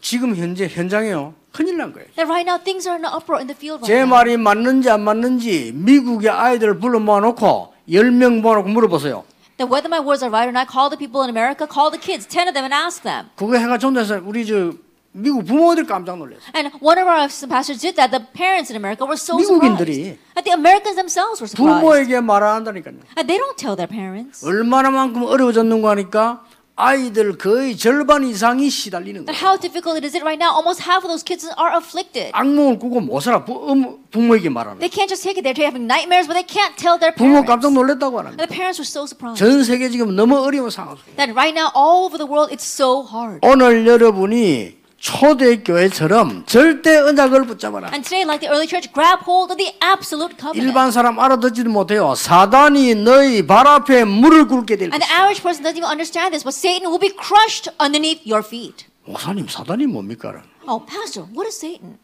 지금 현재 현장에요. 큰일 난 거예요. That right now, things are in an uproar in the field right 제 now. 말이 맞는지 안 맞는지 미국의 아이들을 불러 모아놓고 10명 모아놓고 물어보세요. That whether my words are right or not, call the people in America, call the kids, 10 of them, and ask them. 그거 해가 전달해서 우리 저 미국 부모들 깜짝 놀랐어요. And one of our pastors did that. The parents in America were so 미국인들이 surprised. That the Americans themselves were surprised. 부모에게 말 안 한다니까요. And Uh, they don't tell their parents. 얼마나만큼 어려워졌는가 하니까 아이들 거의 절반 이상이 시달리는 But 거예요. how difficult it is it right now? Almost half of those kids are afflicted. 악몽을 꾸고 못 살아 부, 음, 부모에게 말하는 They can't just take it. They're having nightmares, but they can't tell their 부모 parents. 깜짝 Oh, 놀랐다고 하는 And 거예요. the parents were so surprised. 전 세계 지금 너무 어려운 상황 속에 That right now, all over the world, it's so hard. 오늘 여러분이 초대교회처럼 절대 언약을 붙잡아라 And today, like the early church, grab hold of the absolute 어, covenant. 일반 사람 알아듣지도 못해요 사단이 너희 발 앞에 물을 꿇게 될 And the 것이다 average person doesn't even understand this, but Satan will be crushed underneath your feet. 목사님 사단이 뭡니까? Oh, Pastor, what is Satan?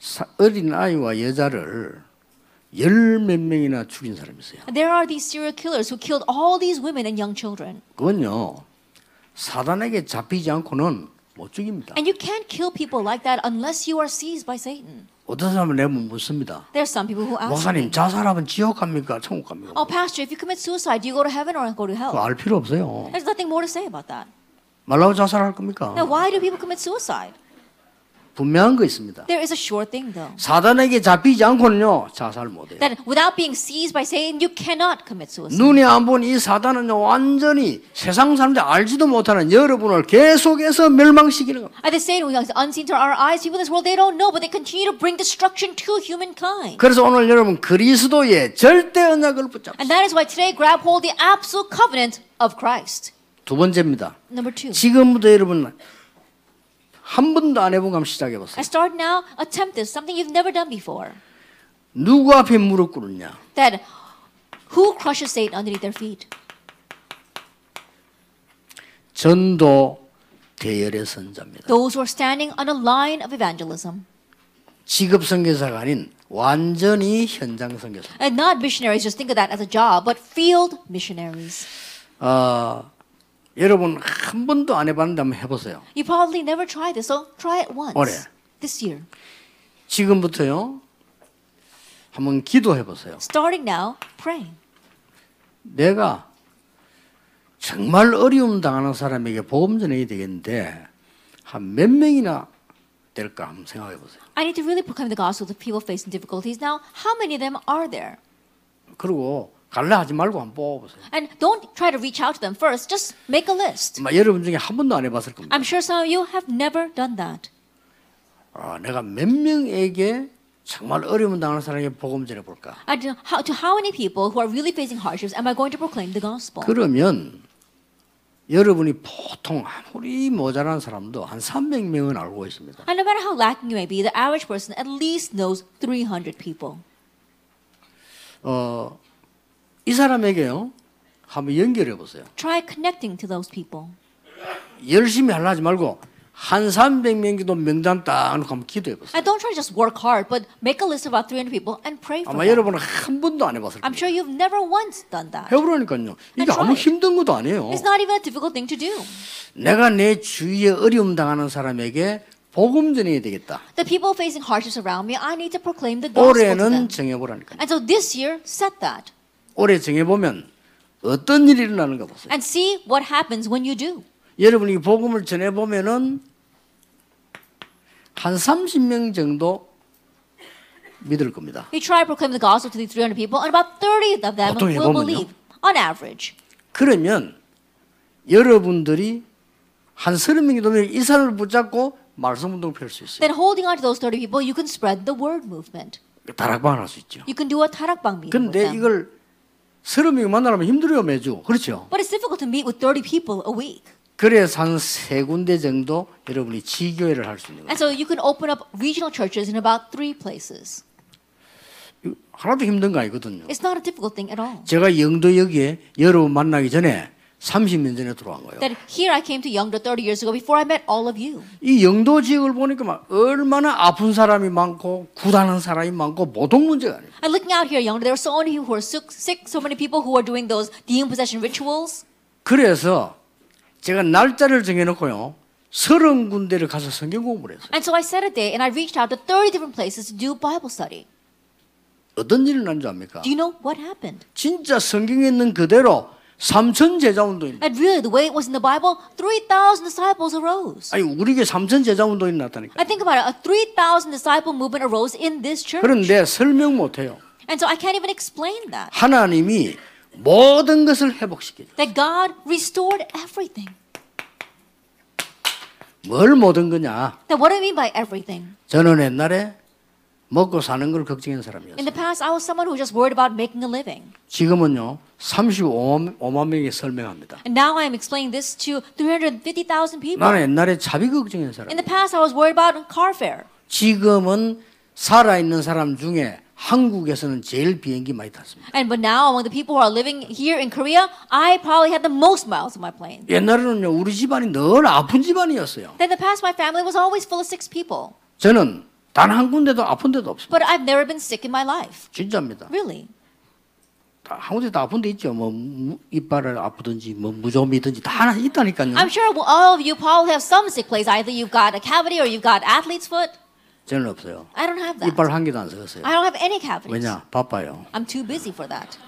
사- 어린 아이와 여자를 열 몇 명이나 죽인 사람이 있어요. There are these serial killers who killed all these women and young children. 그건요 사단에게 잡히지 않고는 못 죽입니다. And you can't kill people like that unless you are seized by Satan. 어떤 사람은 내가 묻습니다. There are some people who ask, 목사님 자살하면 지옥 갑니까 천국 갑니까? Oh, Pastor, if you commit suicide, do you go to heaven or go to 그거 hell? 알 필요 없어요. There's nothing more to say about that. 말라고 자살할 겁니까? Now, why do people commit suicide? 분명한 거 있습니다. There is a sure thing, though, 사단에게 잡히지 않고는요 자살 못해요. that without being seized by Satan, you cannot commit suicide. 눈에 안 보는 이 사단은요 완전히 세상 사람들 알지도 못하는 여러분을 계속해서 멸망시키는 겁니다. At the same way, unseen to our eyes, people in this world, they don't know, but they continue to bring destruction to humankind. 그래서 오늘 여러분 그리스도의 절대 언약을 붙잡고 And that is why today, grab hold the absolute covenant of Christ. 두 번째입니다. Number two. 지금부터 여러분 한 번도 안 해본 거 한번 시작해 보세요. And start now, attempt this, something you've never done before. 누구 앞에 무릎 꿇느냐? That who crushes Satan underneath their feet? 전도 대열의 선자입니다. Those who are standing on a line of evangelism. 직업 선교사가 아닌 완전히 현장 선교사. And not missionaries, just think of that as a job, but field missionaries. 아, 여러분 한 번도 안 해봤는데 한번 해보세요. You probably never tried this, so try it once. 올해. This year. 지금부터요. 한번 기도해 보세요. Starting now, praying. 내가 정말 어려움 당하는 사람에게 복음 전해야 되겠는데 한 몇 명이나 될까 한번 생각해 보세요. I need to really proclaim the gospel to people facing difficulties. Now, how many of them are there? 그리고 갈라 하지 말고 한번 뽑아 보세요. And don't try to reach out to them first, just make a list. 아마 여러분 중에 한 번도 안 해봤을 겁니다. I'm sure some of you have never done that. 아, 내가 몇 명에게 정말 어려움 당하는 사람에게 복음 전해 볼까? I don't know how, to how many people who are really facing hardships am I going to proclaim the gospel? 그러면 여러분이 보통 아무리 모자란 사람도 한 300명은 알고 있습니다. And no matter how lacking you may be, the average person at least knows 300 people. 어, 이 사람에게요. 한번 연결해 보세요. Try connecting to those people. 열심히 하려 하지 말고 한 300명 기도 명단 딱 놓고 한번 기도해 보세요. And don't try to just work hard, but make a list of about 300 people and pray for 아마 them. 여러분은 한 번도 안 해봤을 I'm 겁니다. sure you've never once done that. 해보라니까요. 이게 And 아무 try. 힘든 것도 아니에요. It's not even a difficult thing to do. 내가 내 주위에 어려움 당하는 사람에게 복음 전해야 되겠다. The people facing hardships around me, I need to proclaim the gospel to them. 올해는 정해보라니까요. And so this year, set that 올해 정해보면 어떤 일이 일어나는가 보세요. and see what happens when you do. 여러분이 복음을 전해보면은 한 30명 정도 믿을 겁니다. You try to proclaim the gospel to these 300 people, and about 30 of them 보통 will 해보면요. believe on average. 그러면 여러분들이 한 30명이 되면 이 사람을 붙잡고 말씀운동 펼 수 있어요. Then, holding on to those 30 people, you can spread the word movement. 네. 다락방 할 수 있죠. You can do a tarakbang meeting. With 근데 them. 이걸 30명 만나려면 힘들어요, 매주. 그렇죠? But it's difficult to meet with 30 people a week. 그래서 한 세 군데 정도 여러분이 지교회를 할 수 있는 거예요. And so you can open up regional churches in about three places. 이거 하나도 힘든 거 아니거든요. It's not a difficult thing at all. 제가 영도 여기에 여러분 만나기 전에 30년 전에 들어온 거예요. That here I came to Youngda 30 years ago before I met all of you. 이 영도 지역을 보니까 막 얼마나 아픈 사람이 많고 구단한 사람이 많고 보통 문제가 아니에요. And looking out here, Youngda, there are so many who are sick, sick, so many people who are doing those demon possession rituals. 그래서 제가 날짜를 정해놓고요. 서른 군데를 가서 성경 공부를 했어요. And so I set a day and I reached out to 30 different places to do Bible study. 어떤 일이 난 줄 압니까? Do you know what happened? 진짜 성경에 있는 그대로 삼천 제자 운동입니다. And really, the way it was in the Bible, 3,000 disciples arose. 아니 우리에게 삼천 제자 운동이 I 났다니까. think about it, a 3,000 disciple movement arose in this church. 그런데 설명 못해요. And so I can't even explain that. 하나님이 모든 것을 회복시켜요. That God restored everything. 뭘 모든 거냐? Now, what do I mean by everything? 저는 옛날에 먹고 사는 걸 걱정한 사람이었어요. In the past, I was someone who was just worried about making a living. 지금은요 35만 5만 명이 설명합니다. And now I am explaining this to 350,000 people. 나는 옛날에 자비 걱정인 In 사람. the past, I was worried about car fare. 지금은 살아 있는 사람 중에 한국에서는 제일 비행기 많이 탔습니다. And but now among the people who are living here in Korea, I probably had the most miles on my plane. 옛날에는요 우리 집안이 늘 아픈 집안이었어요. Then the past, my family was always full of six people. 저는 단 한 군데도 아픈 데도 없습니다. But I've never been sick in my life. 진짜입니다. Really. 다, 한 군데 다 아픈 데 있죠. 뭐 무- 이빨을 아프든지 뭐 무좀이든지 다 하나 있다니까요. I'm sure all of you probably have some sick place. Either you've got a cavity or you've got athlete's foot. 저는 없어요. I don't have that. 이빨 한 개도 안 썩었어요. I don't have any cavities. 왜냐 바빠요. I'm too busy for that.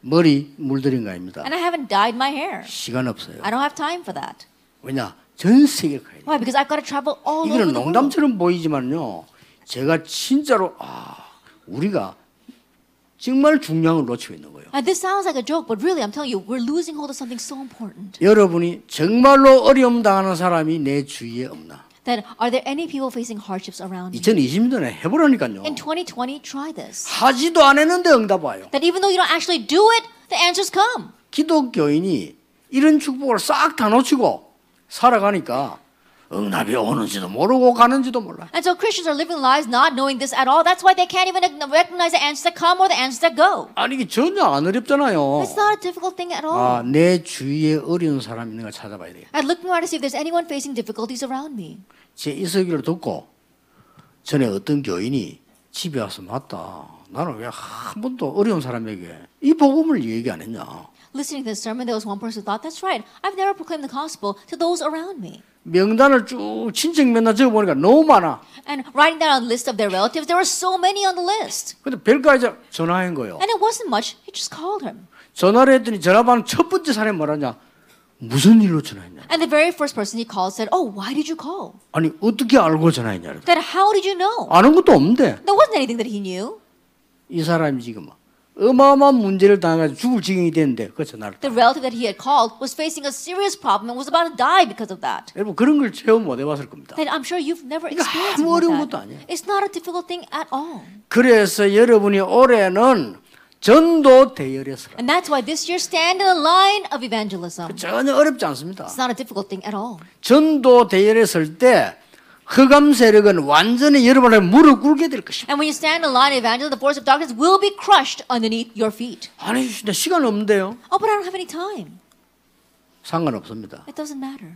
머리 물들인 거입니다. And I haven't dyed my hair. 시간 없어요. I don't have time for that. 왜냐 전 세계 가야 돼요. Why? Because I've got to travel all over 이거는 the world. 농담처럼 보이지만요. 제가 진짜로 아 우리가 정말 중요한 걸 놓치고 있는 거예요. And Uh, this sounds like a joke, but really, I'm telling you, we're losing hold of something so important. 여러분이 정말로 어려움 당하는 사람이 내 주위에 없나? That are there any people facing hardships around you? 2020년에 해보라니까요. In 2020, try this. 하지도 안 했는데 응답 와요. That even though you don't actually do it, the answers come. 기독교인이 이런 축복을 싹 다 놓치고 살아가니까 응답이 오는지도 모르고 가는지도 몰라. And so Christians are living lives not knowing this at all. That's why they can't even recognize the answers that come or the answers that go. 아니 이게 전혀 안 어렵잖아요. It's not a difficult thing at all. 아, 내 주위에 어려운 사람 있는가 찾아봐야 돼요. And looking around to see if there's anyone facing difficulties around me. 제 이야기를 듣고 전에 어떤 교인이 집에 와서 맞다. 나는 왜 한 번도 어려운 사람에게 이 복음을 얘기 안 했냐. Listening to this sermon, there was one person who thought, that's right, I've never proclaimed the gospel to those around me. 명단을 쭉 친척 명단 적어보니까 너무 많아. And writing down a list of their relatives, there were so many on the list. 근데 별가에서 전화한 거예요. And it wasn't much, he just called him. 전화를 했더니 전화 받은 첫 번째 사람이 뭐라냐? 무슨 일로 전화했냐? And the very first person he called said, Oh, why did you call? 아니 어떻게 알고 전화했냐? Then how did you know? 아는 것도 없는데 There wasn't anything that he knew. 이 사람이 지금 어마어마한 문제를 당해서 죽을 지경이 됐는데 그 전화를. The relative that he had called was facing a serious problem and was about to die because of that. 여러분 그런 걸 체험 못 해봤을 겁니다. Then I'm sure you've never 이거 experienced 아무 something 어려운 like 것도 that. 아니야. It's not a difficult thing at all. 그래서 여러분이 올해는 전도 대열에 서라. And that's why this year stand in the line of evangelism. 전혀 어렵지 않습니다. It's not a difficult thing at all. 전도 대열에 설 때 흑암 세력은 완전히 여러분의 무릎 꿇게 될 것입니다. And when you stand in the line of evangelism, the force of darkness will be crushed underneath your feet. 아니 나 시간 없는데요. Oh, but I don't have any time. 상관없습니다. It doesn't matter.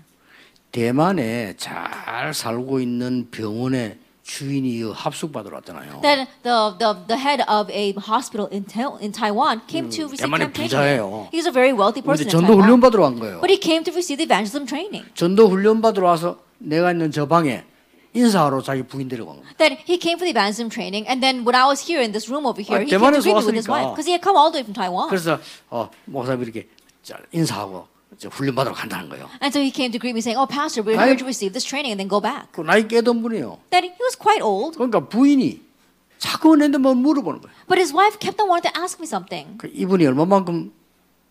대만에 잘 살고 있는 병원의 주인이 합숙받으러 왔잖아요. Then the, the, the head of a hospital in, Ta- in Taiwan came to receive 대만의 camp training. Hmm. 부자예요. He's a very wealthy person 근데 in 전도 훈련 Taiwan. 받으러 간 거예요. But he came to receive the evangelism training. 전도 훈련 받으러 와서 내가 있는 저 방에 인사하러 자기 부인 데려간 거예요. Then he came for the evangelism training, and then when I was here in this room over here, 아, he came to 대만에서 greet me with his 왔으니까. wife because he had come all the way from Taiwan. 그래서 어, 목사님 이렇게 자, 인사하고 저 훈련 받으러 간다는 거예요. And so he came to greet me saying, Oh, Pastor, we're 아이- here to receive this training and then go back. 그 나이 깨던 분이요. Then he was quite old, 그러니까 부인이 자꾸 내한테 뭐 물어보는 거예요. but his wife kept on wanting to ask me something. 그 이분이 얼마만큼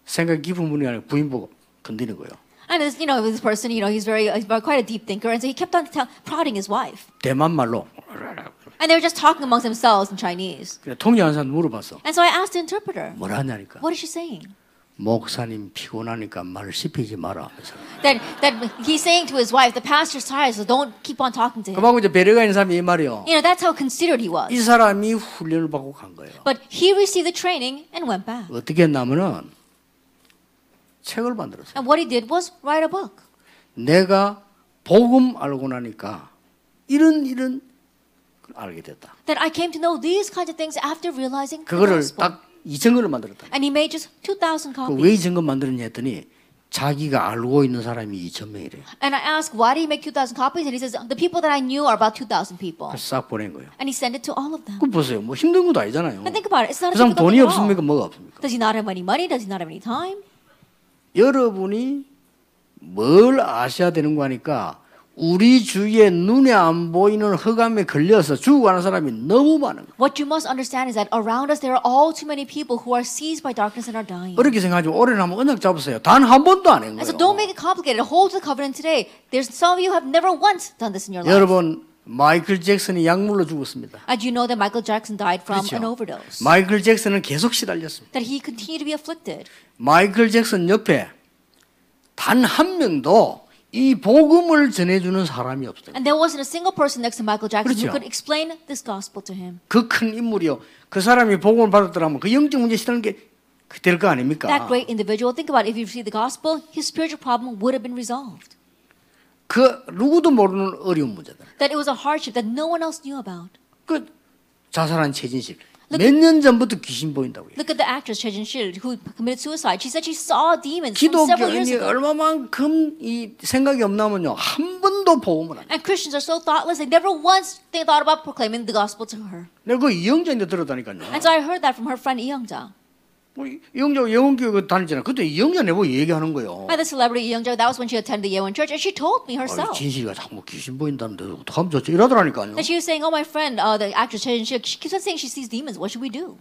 생각 깊은 분이 아니라 부인 보고 건드리는 거예요. And this, you know, this person, you know, he's very, he's very- quite a deep thinker, and so he kept on tell, prodding his wife. 대만 말로 And they were just talking amongst themselves in Chinese. 그냥 통역하는 사람 물어봤어. And so I asked the interpreter, 뭐라 하냐니까. What is she saying? 목사님 피곤하니까 말 씹히지 마라. 하면서. Then, then he's saying to his wife, The pastor's tired, so don't keep on talking to him. 그만큼 이제 배려가 있는 사람이 이 말이요. You know, that's how considerate he was. 이 사람이 훈련을 받고 간 거예요. But he received the training and went back. 어떻게 했냐면은 책을 만들었어요. And what he did was write a book. 내가 복음 알고 나니까 이런 이런 걸 알게 됐다. That I came to know these kinds of things after realizing the 그거를 gospel. 딱 이정근을 만들었다. And he made just 2,000 그 copies. 왜 이정근 만들었냐 했더니 자기가 알고 있는 사람이 2천 명이래요. And I asked, why did he make 2,000 copies? And he says, the people that I knew are about 2,000 people. 그래서 싹 보낸 거예요. And he sent it to all of them. 그 보세요. 뭐 힘든 것도 아니잖아요. And think about it. It's 그 not a 사람 difficult 돈이 thing at all. 없습니까? 뭐가 없습니까? Does he not have any money? Does he not have any time? 여러분이 뭘 아셔야 되는 거니까 우리 주위에 눈에 안 보이는 흑암에 걸려서 죽어가는 사람이 너무 많은 거예요. What you must understand is that around us there are all too many people who are seized by darkness and are dying. 어렵게 생각하지 마. 올해는 한번 언약 잡으세요. 단 한 번도 안 한 And so don't 거예요. make it complicated. Hold to the covenant today. There's some of you have never once done this in your life. 여러분 마이클 잭슨이 약물로 죽었습니다. And you know that Michael Jackson died from 그렇죠. an overdose. 마이클 잭슨은 계속 시달렸습니다. that he continued to be afflicted. 마이클 잭슨 옆에 단 한 명도 이 복음을 전해주는 사람이 없어요. And there wasn't a single person next to Michael Jackson 그렇죠. who could explain this gospel to him. 그 큰 인물이요. 그 사람이 복음을 받았더라면 그 영적 문제 시달린 게될거 That 아닙니까? great individual, think about it, if you received the gospel, his spiritual problem would have been resolved. 그 누구도 모르는 어려운 문제다. That it was a hardship that no one else knew about. 그 자살한 최진실. 몇 년 전부터 귀신 보인다고요. Look at the actress Choi Jin Shil who committed suicide. She said she saw demons from several years 기독교인이 ago. 얼마만큼 이 생각이 없나면요 한 번도 보험을 안. 해. And Christians are so thoughtless; they never once they thought about proclaiming the gospel to her. 내가 그 이영자인데 들었다니까요. And so I heard that from her friend Youngja. 뭐 이- 이영자 영원교육 다니잖아. 그때 이영자 내보고 얘기하는 거예요. By the celebrity Youngja, that was when she attended the Yeon Church, and Oh, she told me 아, herself. 진실이가 자꾸 귀신 보인다는데 어떡하면 좋지 이러더라니까요. And she was saying, "Oh, my friend, uh, the actress Choi Jin Shil, she keeps on saying she sees demons. What should we do?"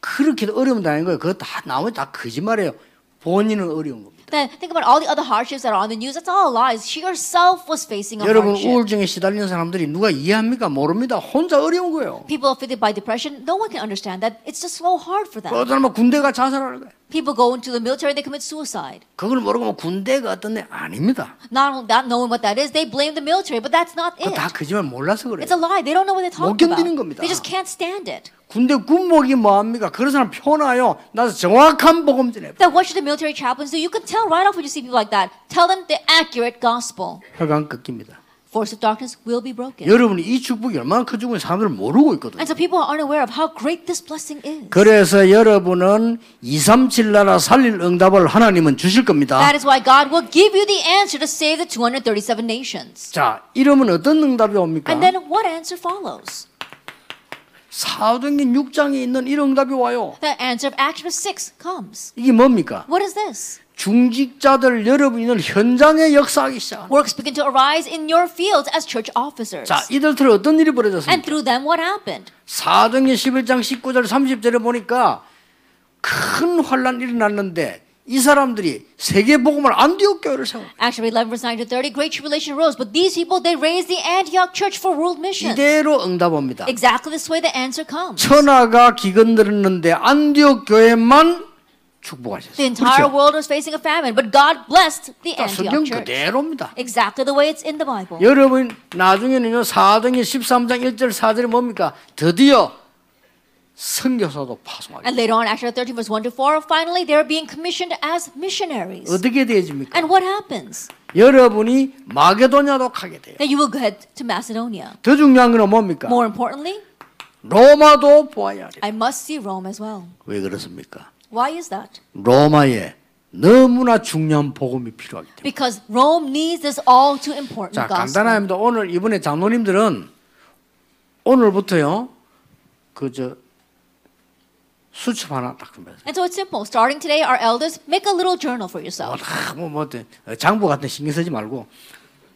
그렇게 어려움 당한 거예요. 그거 다 나머지 다 거짓말이에요. 본인은 어려운 겁니다. Then think about all the other hardships that are on the news. That's all lies. She herself was facing a 여러분 hardship. 우울증에 시달리는 사람들이 누가 이해합니까? 모릅니다. 혼자 어려운 거예요. People afflicted by depression, no one can understand that. It's just so hard for them. 어떤 놈은 군대가 자살하는 거예요. People go into the military, they commit suicide. 그걸 모르고 뭐 군대가 어떤 데 아닙니다. Not, not knowing what that is, they blame the military, but that's not 그거 it. 다 거짓말 몰라서 네. 그래요. It's a lie. They don't know what they're 못 talking about. 견디는 겁니다. They just can't stand it. 군대 군복이 뭐합니까? 그런 사람 편하여 나서 정확한 복음 전해. That what should the military chaplains do? You can tell right off when you see people like that. Tell them the accurate gospel. 혈관 꺾입니다. Force of darkness will be broken. 여러분이 이 축복이 얼마나 커지고 사람들 모르고 있거든요. And so people are unaware of how great this blessing is. 그래서 여러분은 237 나라 살릴 응답을 하나님은 주실 겁니다. That is why God will give you the answer to save the 237 nations. 자, 이러면 어떤 응답이 옵니까? And then what answer follows? 사도행전 6장에 있는 이런 응답이 와요. The answer of Acts chapter 6 comes. 이게 뭡니까? What is this? 중직자들 여러분은 현장에 역사하기 시작합니다. Works begin to arise in your fields as church officers. 자, 이들 들어 어떤 일이 And 벌어졌습니까? through them, what happened? 사도행전 11장 19절 30절에 보니까 큰 환란이 일어났는데 이 사람들이 세계 복음을 안디옥 교회를 세워. Acts chapter 11, verse 9 to 30, great tribulation arose, but these people, they raised the Antioch church for world mission. 이대로 응답 옵니다. Exactly this way the answer comes. 천하가 기건들었는데 안디옥 교회만 The 축복하셨어요. entire 그렇죠? world was facing a famine, but God blessed the 자, 성경 Antioch church. 그대로입니다. Exactly the way it's in the Bible. 여러분 나중에는요 사도행전 13장 1절 4절이 뭡니까? 드디어 선교사도 파송하게 And later on, Acts chapter 13, verse 1 to 4, finally they're being commissioned as missionaries. 어떻게 되어집니까? And what happens? 여러분이 마게도냐도 가게 돼요. That you will head to Macedonia. 더 중요한 건 뭡니까? More importantly, 로마도 보아야 돼. I must see Rome as well. 왜 그렇습니까? Why is that? 로마에 너무나 중요한 복음이 필요하기 때문에. Because Rome needs this all too important 자, gospel. 간단합니다. 오늘 이번에 장로님들은 오늘부터요. 그 저 수첩 하나 딱 준비해. And so it's simple. Starting today, our elders, make a little journal for 뭐, yourself. 다, 뭐, 뭐, 어때? 어, 장부 같은 데 신경 쓰지 말고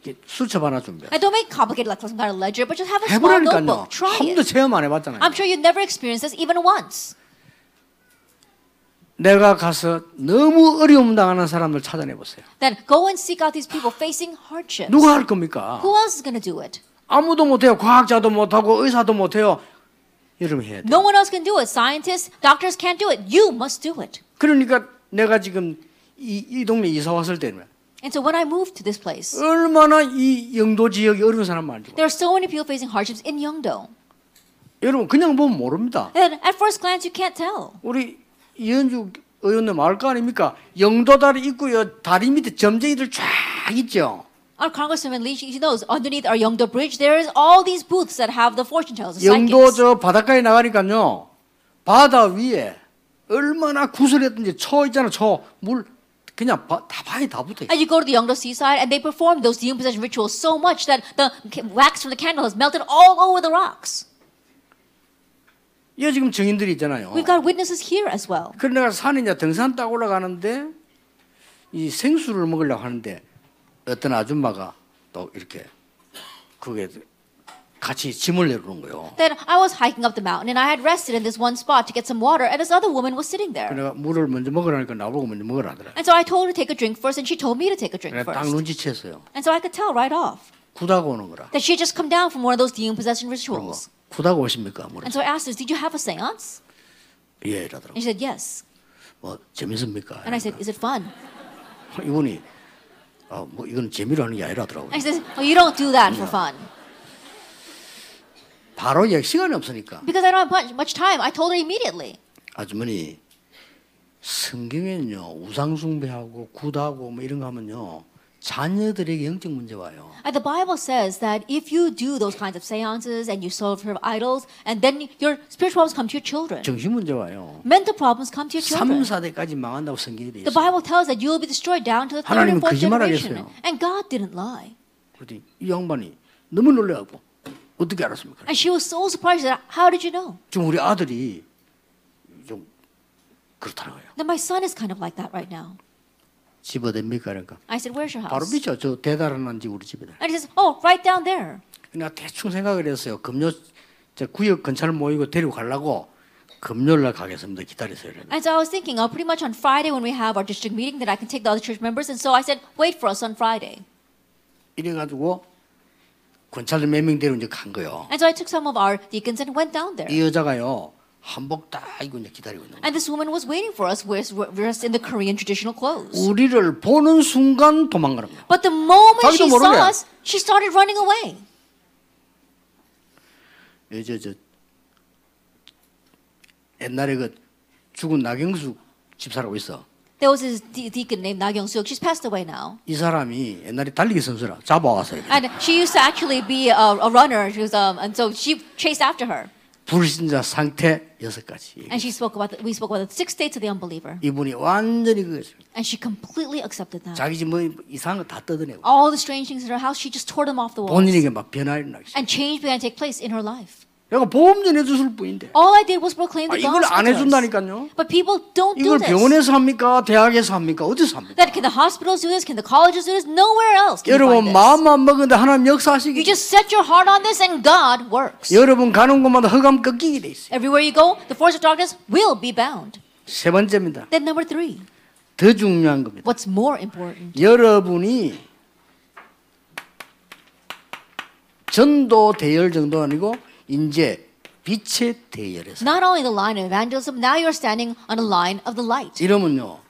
이렇게 수첩 하나 준비해. And don't make complicated like some kind of ledger, but just have a small 해보라니까요. notebook. Try 한 번도 it. 체험 안 해봤잖아요. I'm sure you've never experienced this even once. 내가 가서 너무 어려움 당하는 사람들 찾아내 보세요. Then go and seek out these people facing hardship. 누가 할 겁니까? Who else is going to do it? 아무도 못해요. 과학자도 못하고 의사도 못해요. 여러분 해야 돼. No one else can do it. Scientists, doctors can't do it. You must do it. 그러니까 내가 지금 이, 이 동네 이사 왔을 때는 And so when I moved to this place, 얼마나 이 영도 지역이 어려운 사람 많죠. there are so many people facing hardships in Yeongdo. 여러분 그냥 보면 모릅니다. And at first glance, you can't tell. 우리 이현주 의원님 알 거 아닙니까? 영도 다리 있고요. 다리 밑에 점쟁이들 쫙 있죠. Our Congresswoman Lee, she she knows underneath our Yeongdo Bridge, there is all these booths that have the fortune tellers, the 영도 psychics. 저 바닷가에 나가니까요. 바다 위에 얼마나 구슬했든지 초 있잖아. 초물 그냥 바, 다 바위 다 붙어. And you go to the Yeongdo seaside, and they perform those demon possession rituals so much that the ca- wax from the candle has melted all over the rocks. 이거 지금 증인들이 있잖아요. We've got witnesses here as well. 그래 내가 산에 이제 등산 따고 올라가는데 이 생수를 먹으려고 하는데 어떤 아줌마가 또 이렇게 그게 같이 짐을 내려오는 거예요. Then I was hiking up the mountain, and I had rested in this one spot to get some water, and this other woman was sitting 그래 there. 내가 물을 먼저 먹으라니까 나보고 먼저 먹으라 하더라. And so I told her to take a drink first, and she told me to take a drink 그래 딱 first. 눈치챘어요. And so I could tell right off 구다고 오는 거라. that she had just come down from one of those demon possession 뭐, rituals. 구다고 오십니까? 물어. And so I asked her, Did you have a seance? 예, 이러더라고. And she said, Yes. 뭐 재밌습니까? And I said, Is it fun? 이분이 아, 뭐 이건 재미로 하는 게 아니라더라고요. And she says, oh, you don't do that for fun. 바로 얘기 시간이 없으니까 Because I don't have much, much time. I told her immediately. 아주머니 성경에는요 우상숭배하고 굿하고 뭐 이런 거 하면요 자녀들에게 영적 문제 와요. Uh, The Bible says that if you do those kinds of seances and you serve her idols, and then your spiritual problems come to your children, 정신 문제 와요. mental problems come to your 3, children. 4대까지 망한다고 성경에 돼 The 있어요. Bible tells that you will be destroyed down to the third 하나님은 and fourth 거짓말을 generation. 하겠어요. And God didn't lie. 그랬더니 이 양반이 너무 놀래갖고 어떻게 알았습니까? And she was so surprised. That, How did you know? 지금 우리 아들이 좀 그렇다는 거예요. That my son is kind of like that right now. 집어댑니까? 그러니까 I 사id, "Where's your 바로 house?" 믿죠. 저 대단한 한지 우리 집이다. 그러니까 And he says, "Oh, right down there." 내가 대충 생각을 했어요. 금요 저 구역 근처를 모이고 데리고 가려고 금요일 날 가겠습니다. 기다리세요. 이랬는데. And so I was thinking, oh, pretty much on Friday when we have our district meeting, that I can take the other church members. And so I said, "Wait for us on Friday." 이래가지고 권찰들 몇 명 데리고 이제 간 거예요. And so I took some of our deacons and went down there. 이 여자가요 한복 딱 입고 이제 기다리고 있는 거예요. And this woman was waiting for us, dressed- dressed in the Korean traditional clothes. 우리를 보는 순간 도망가는 거예요. But the moment she 자기도 saw 모르게. us, she started running away. 예, 저, 저 옛날에 그 죽은 나경수 집사라고 있어. There was this de- deacon named Na Kyung Suk. She's passed away now. 이 사람이 옛날에 달리기 선수라 잡아와서 이렇게 And she used to actually be a, a runner. She was, um, and so she chased after her. 불신자 상태 여섯 가지. And she spoke about the, we spoke about the six states of the unbeliever. 이분이 완전히 그 And she completely accepted that. 자기 집 뭐 이상한 거 다 뜯어내고 All the strange things in her house, she just tore them off the wall. 본인에게 막 변화 일어나기 시작. And change began to take place in her life. 내가 보험전 해줬을 뿐인데 All I did was proclaim 아, the 이걸 안 gospel. to us. 해준다니까요. But people don't do 이걸 this. 병원에서 합니까? 대학에서 합니까? 어디서 합니까? That can the hospitals do this? Can the colleges do this? Nowhere else can you 여러분 find this. 마음만 먹은데 하나님 그 You 역사하시기. just set your heart on this, and God works. 여러분 가는 곳마다 흑암 꺾이게 돼 있어요. Everywhere you go, the force of darkness will be bound. 세 번째입니다. Then number three, 더 중요한 겁니다. what's more important? 여러분이 전도 대열 정도 아니고 이제 빛의 대열에서 Not only the line of evangelism, now you're standing on a line of the light. 이러면요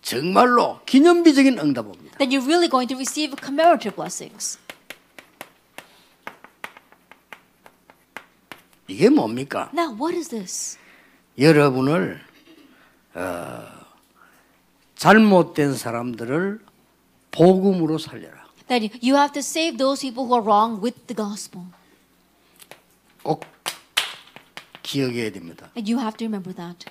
정말로 기념비적인 응답 옵니다. Then you're really going to receive commemorative blessings. 이게 뭡니까? Now, what is this? 여러분을 어, 잘못된 사람들을 복음으로 살려라. That you- you have to save those people who are wrong with the gospel. 꼭 기억해야 됩니다. And you have to remember that.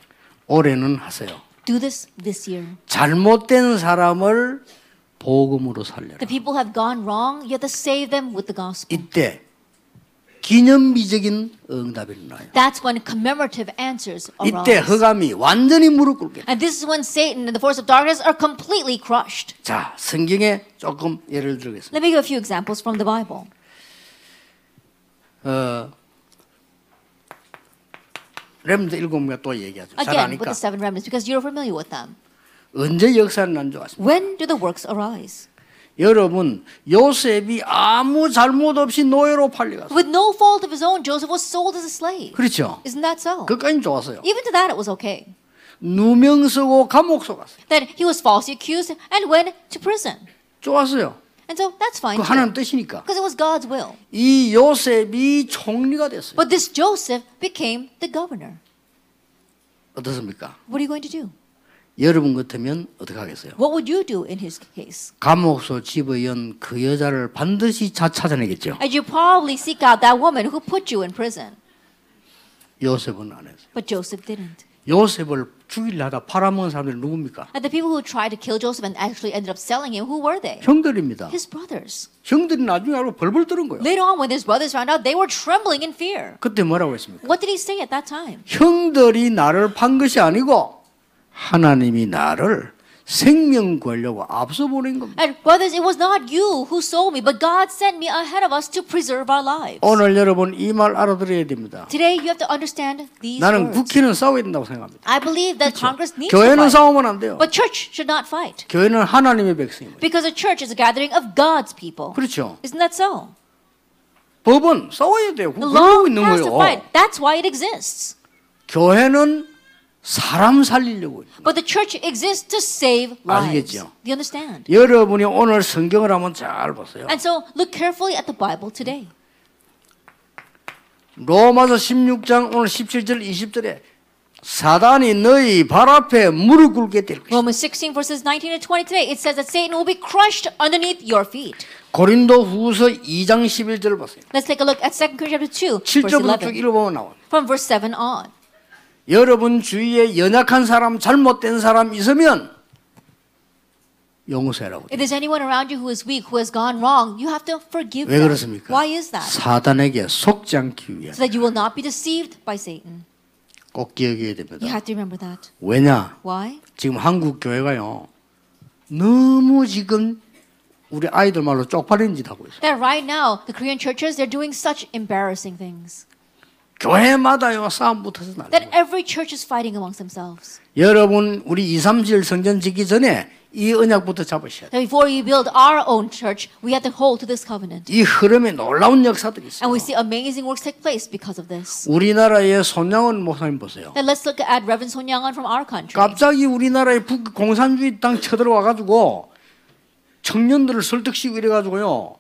올해는 하세요. Do this this year. 잘못된 사람을 복음으로 살려라. The people have gone wrong, you have to save them with the gospel. 이때 기념비적인 응답이 일어나요. That's when commemorative answers 이때 arise. 흑암이 완전히 무릎 꿇게. And this is when Satan and the force of darkness are completely crushed. 자, 성경에 조금 예를 들겠습니다. Let me give a few examples from the Bible. 어, 렘드 일곱 명또 얘기하죠. 잘 Again, with 아니까 the seven remnants, because you're familiar with them. 언제 역사는 안 좋았습니다. When do the works arise? 여러분 요셉이 아무 잘못 없이 노예로 팔려갔어요. With no fault of his own, Joseph was sold as a slave. 그렇죠. Isn't that so? 그까지 좋았어요. Even to that, it was okay. 누명 쓰고 감옥 속았어요. Then he was falsely accused and went to prison. 좋았어요. And so that's fine. 그 하나님 뜻이니까. Because it was God's will. 이 요셉이 총리가 됐어요. But this Joseph became the governor. 어떻습니까? What are you going to do? 여러분 같으면 어떻게 하겠어요? What would you do in his case? 감옥소 집어연 그 여자를 반드시 자- 찾아내겠죠. And you probably seek out that woman who put you in prison. 요셉은 안 했어요. But Joseph didn't. 요셉을 죽이려 하다 팔아먹은 사람들이 누굽니까? And the people who tried to kill Joseph and actually ended up selling him, who were they? 형들입니다. His brothers. 형들이 나중에 알고 벌벌 떨은 거예요. Later on, when his brothers found out, they were trembling in fear. 그때 뭐라고 했습니까? What did he say at that time? 형들이 나를 판 것이 아니고 하나님이 나를 생명 권려고 앞서 보낸 겁니다. And brothers, it was not you who sold me, but God sent me ahead of us to preserve our lives. 오늘 여러분 이 말 알아들어야 됩니다. Today, you have to understand these 나는 words. 국회는 싸워야 된다고 생각합니다. I believe that Congress needs 교회는 to fight, 싸우면 안 돼요. but church should not fight 교회는 하나님의 백성입니다. because a church is a gathering of God's people. 그렇죠. Isn't that so? 법은 싸워야 돼요. The 그러고 law 있는 has to 거예요. fight. That's why it exists. 교회는 사람 살리려고. But the church exists to save lives. 알겠죠? Do you understand? 여러분이 오늘 성경을 한번 잘 보세요. And so look carefully at the Bible today. 로마서 16장 오늘 17절 20절에 사단이 너희 발 앞에 무릎 꿇게 될 것이다. Romans 16 verses 19 to 20 today, it says that Satan will be crushed underneath your feet. 고린도 후서 2장 11절을 보세요. Let's take a look at 2 Corinthians chapter 2, verse 7절부터 쭉 11, 읽어보면 나와요. from verse 7 on. 여러분 주위에 연약한 사람, 잘못된 사람 있으면 용서하라고. If there's anyone around you who is weak, who has gone wrong, you have to forgive 왜 them. 그렇습니까? Why is that? 사단에게 속지 않기 위해 So that you will not be deceived by Satan. 꼭 기억해야 You 됩니다. have to remember that. 왜냐? Why? 지금 한국 교회가요. 너무 지금 우리 아이들 말로 쪽팔린 짓 하고 있어요. That right now, the Korean churches, they're doing such embarrassing things. 교회마다요 싸움 붙어서 난리. That every church is fighting amongst themselves. 여러분 우리 2, 3실 성전 짓기 전에 이 언약부터 잡으셔야 돼요. That before we build our own church, we have to hold to this covenant. 이 흐름에 놀라운 역사들이 있어요. And we see amazing works take place because of this. 우리나라의 손양원 목사님 보세요. Then let's look at Reverend Son Yangan from our country. 갑자기 우리나라의 북 공산주의 땅 쳐들어와 가지고 청년들을 설득시키고 이래 가지고요.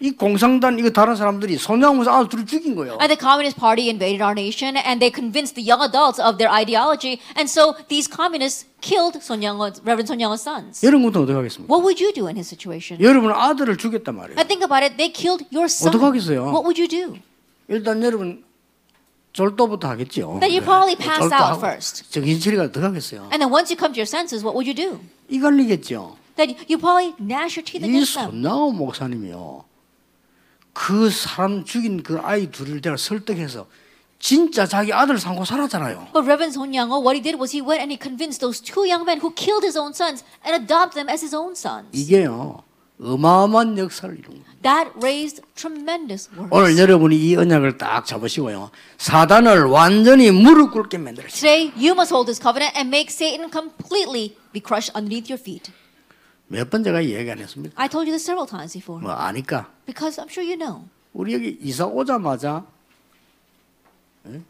이 공산당 이거 다른 사람들이 손양원 목사 아 둘을 죽인 거예요. And Uh, the Communist Party invaded our nation, and they convinced the young adults of their ideology. And so these communists killed Son Yangon, Reverend Son Yangon's sons. 이런 것도 어떻게 하겠습니까? What would you do in his situation? 여러분 아들을 죽였단 말이에요. And think about it, they killed your son. 어떡하겠어요? What would you do? 일단 여러분 졸도부터 하겠죠. Then you probably pass 졸도하고 out first. 정신 차리가 어떻게 하겠어요? And then once you come to your senses, what would you do? 이 갈리겠죠. Then you probably gnash your 이 teeth against them. 손나오 목사님이요. 그 사람 죽인 그 아이 둘을 내가 설득해서 진짜 자기 아들 삼고 살았잖아요. But Reverend Son Yango, what he did was he went and he convinced those two young men who killed his own sons and adopted them as his own sons. 이게요. 어마어마한 역사를 이룬 거예요. That raised tremendous works. 오늘 여러분이 이 언약을 딱 잡으시고요. 사단을 완전히 무릎 꿇게 만들었어요. Today, you must hold this covenant and make Satan completely be crushed underneath your feet. 몇 번 제가 얘기 안 했습니까? I told you this several times before 뭐 아니까. because I'm sure you know. 우리 여기 이사 오자마자 예?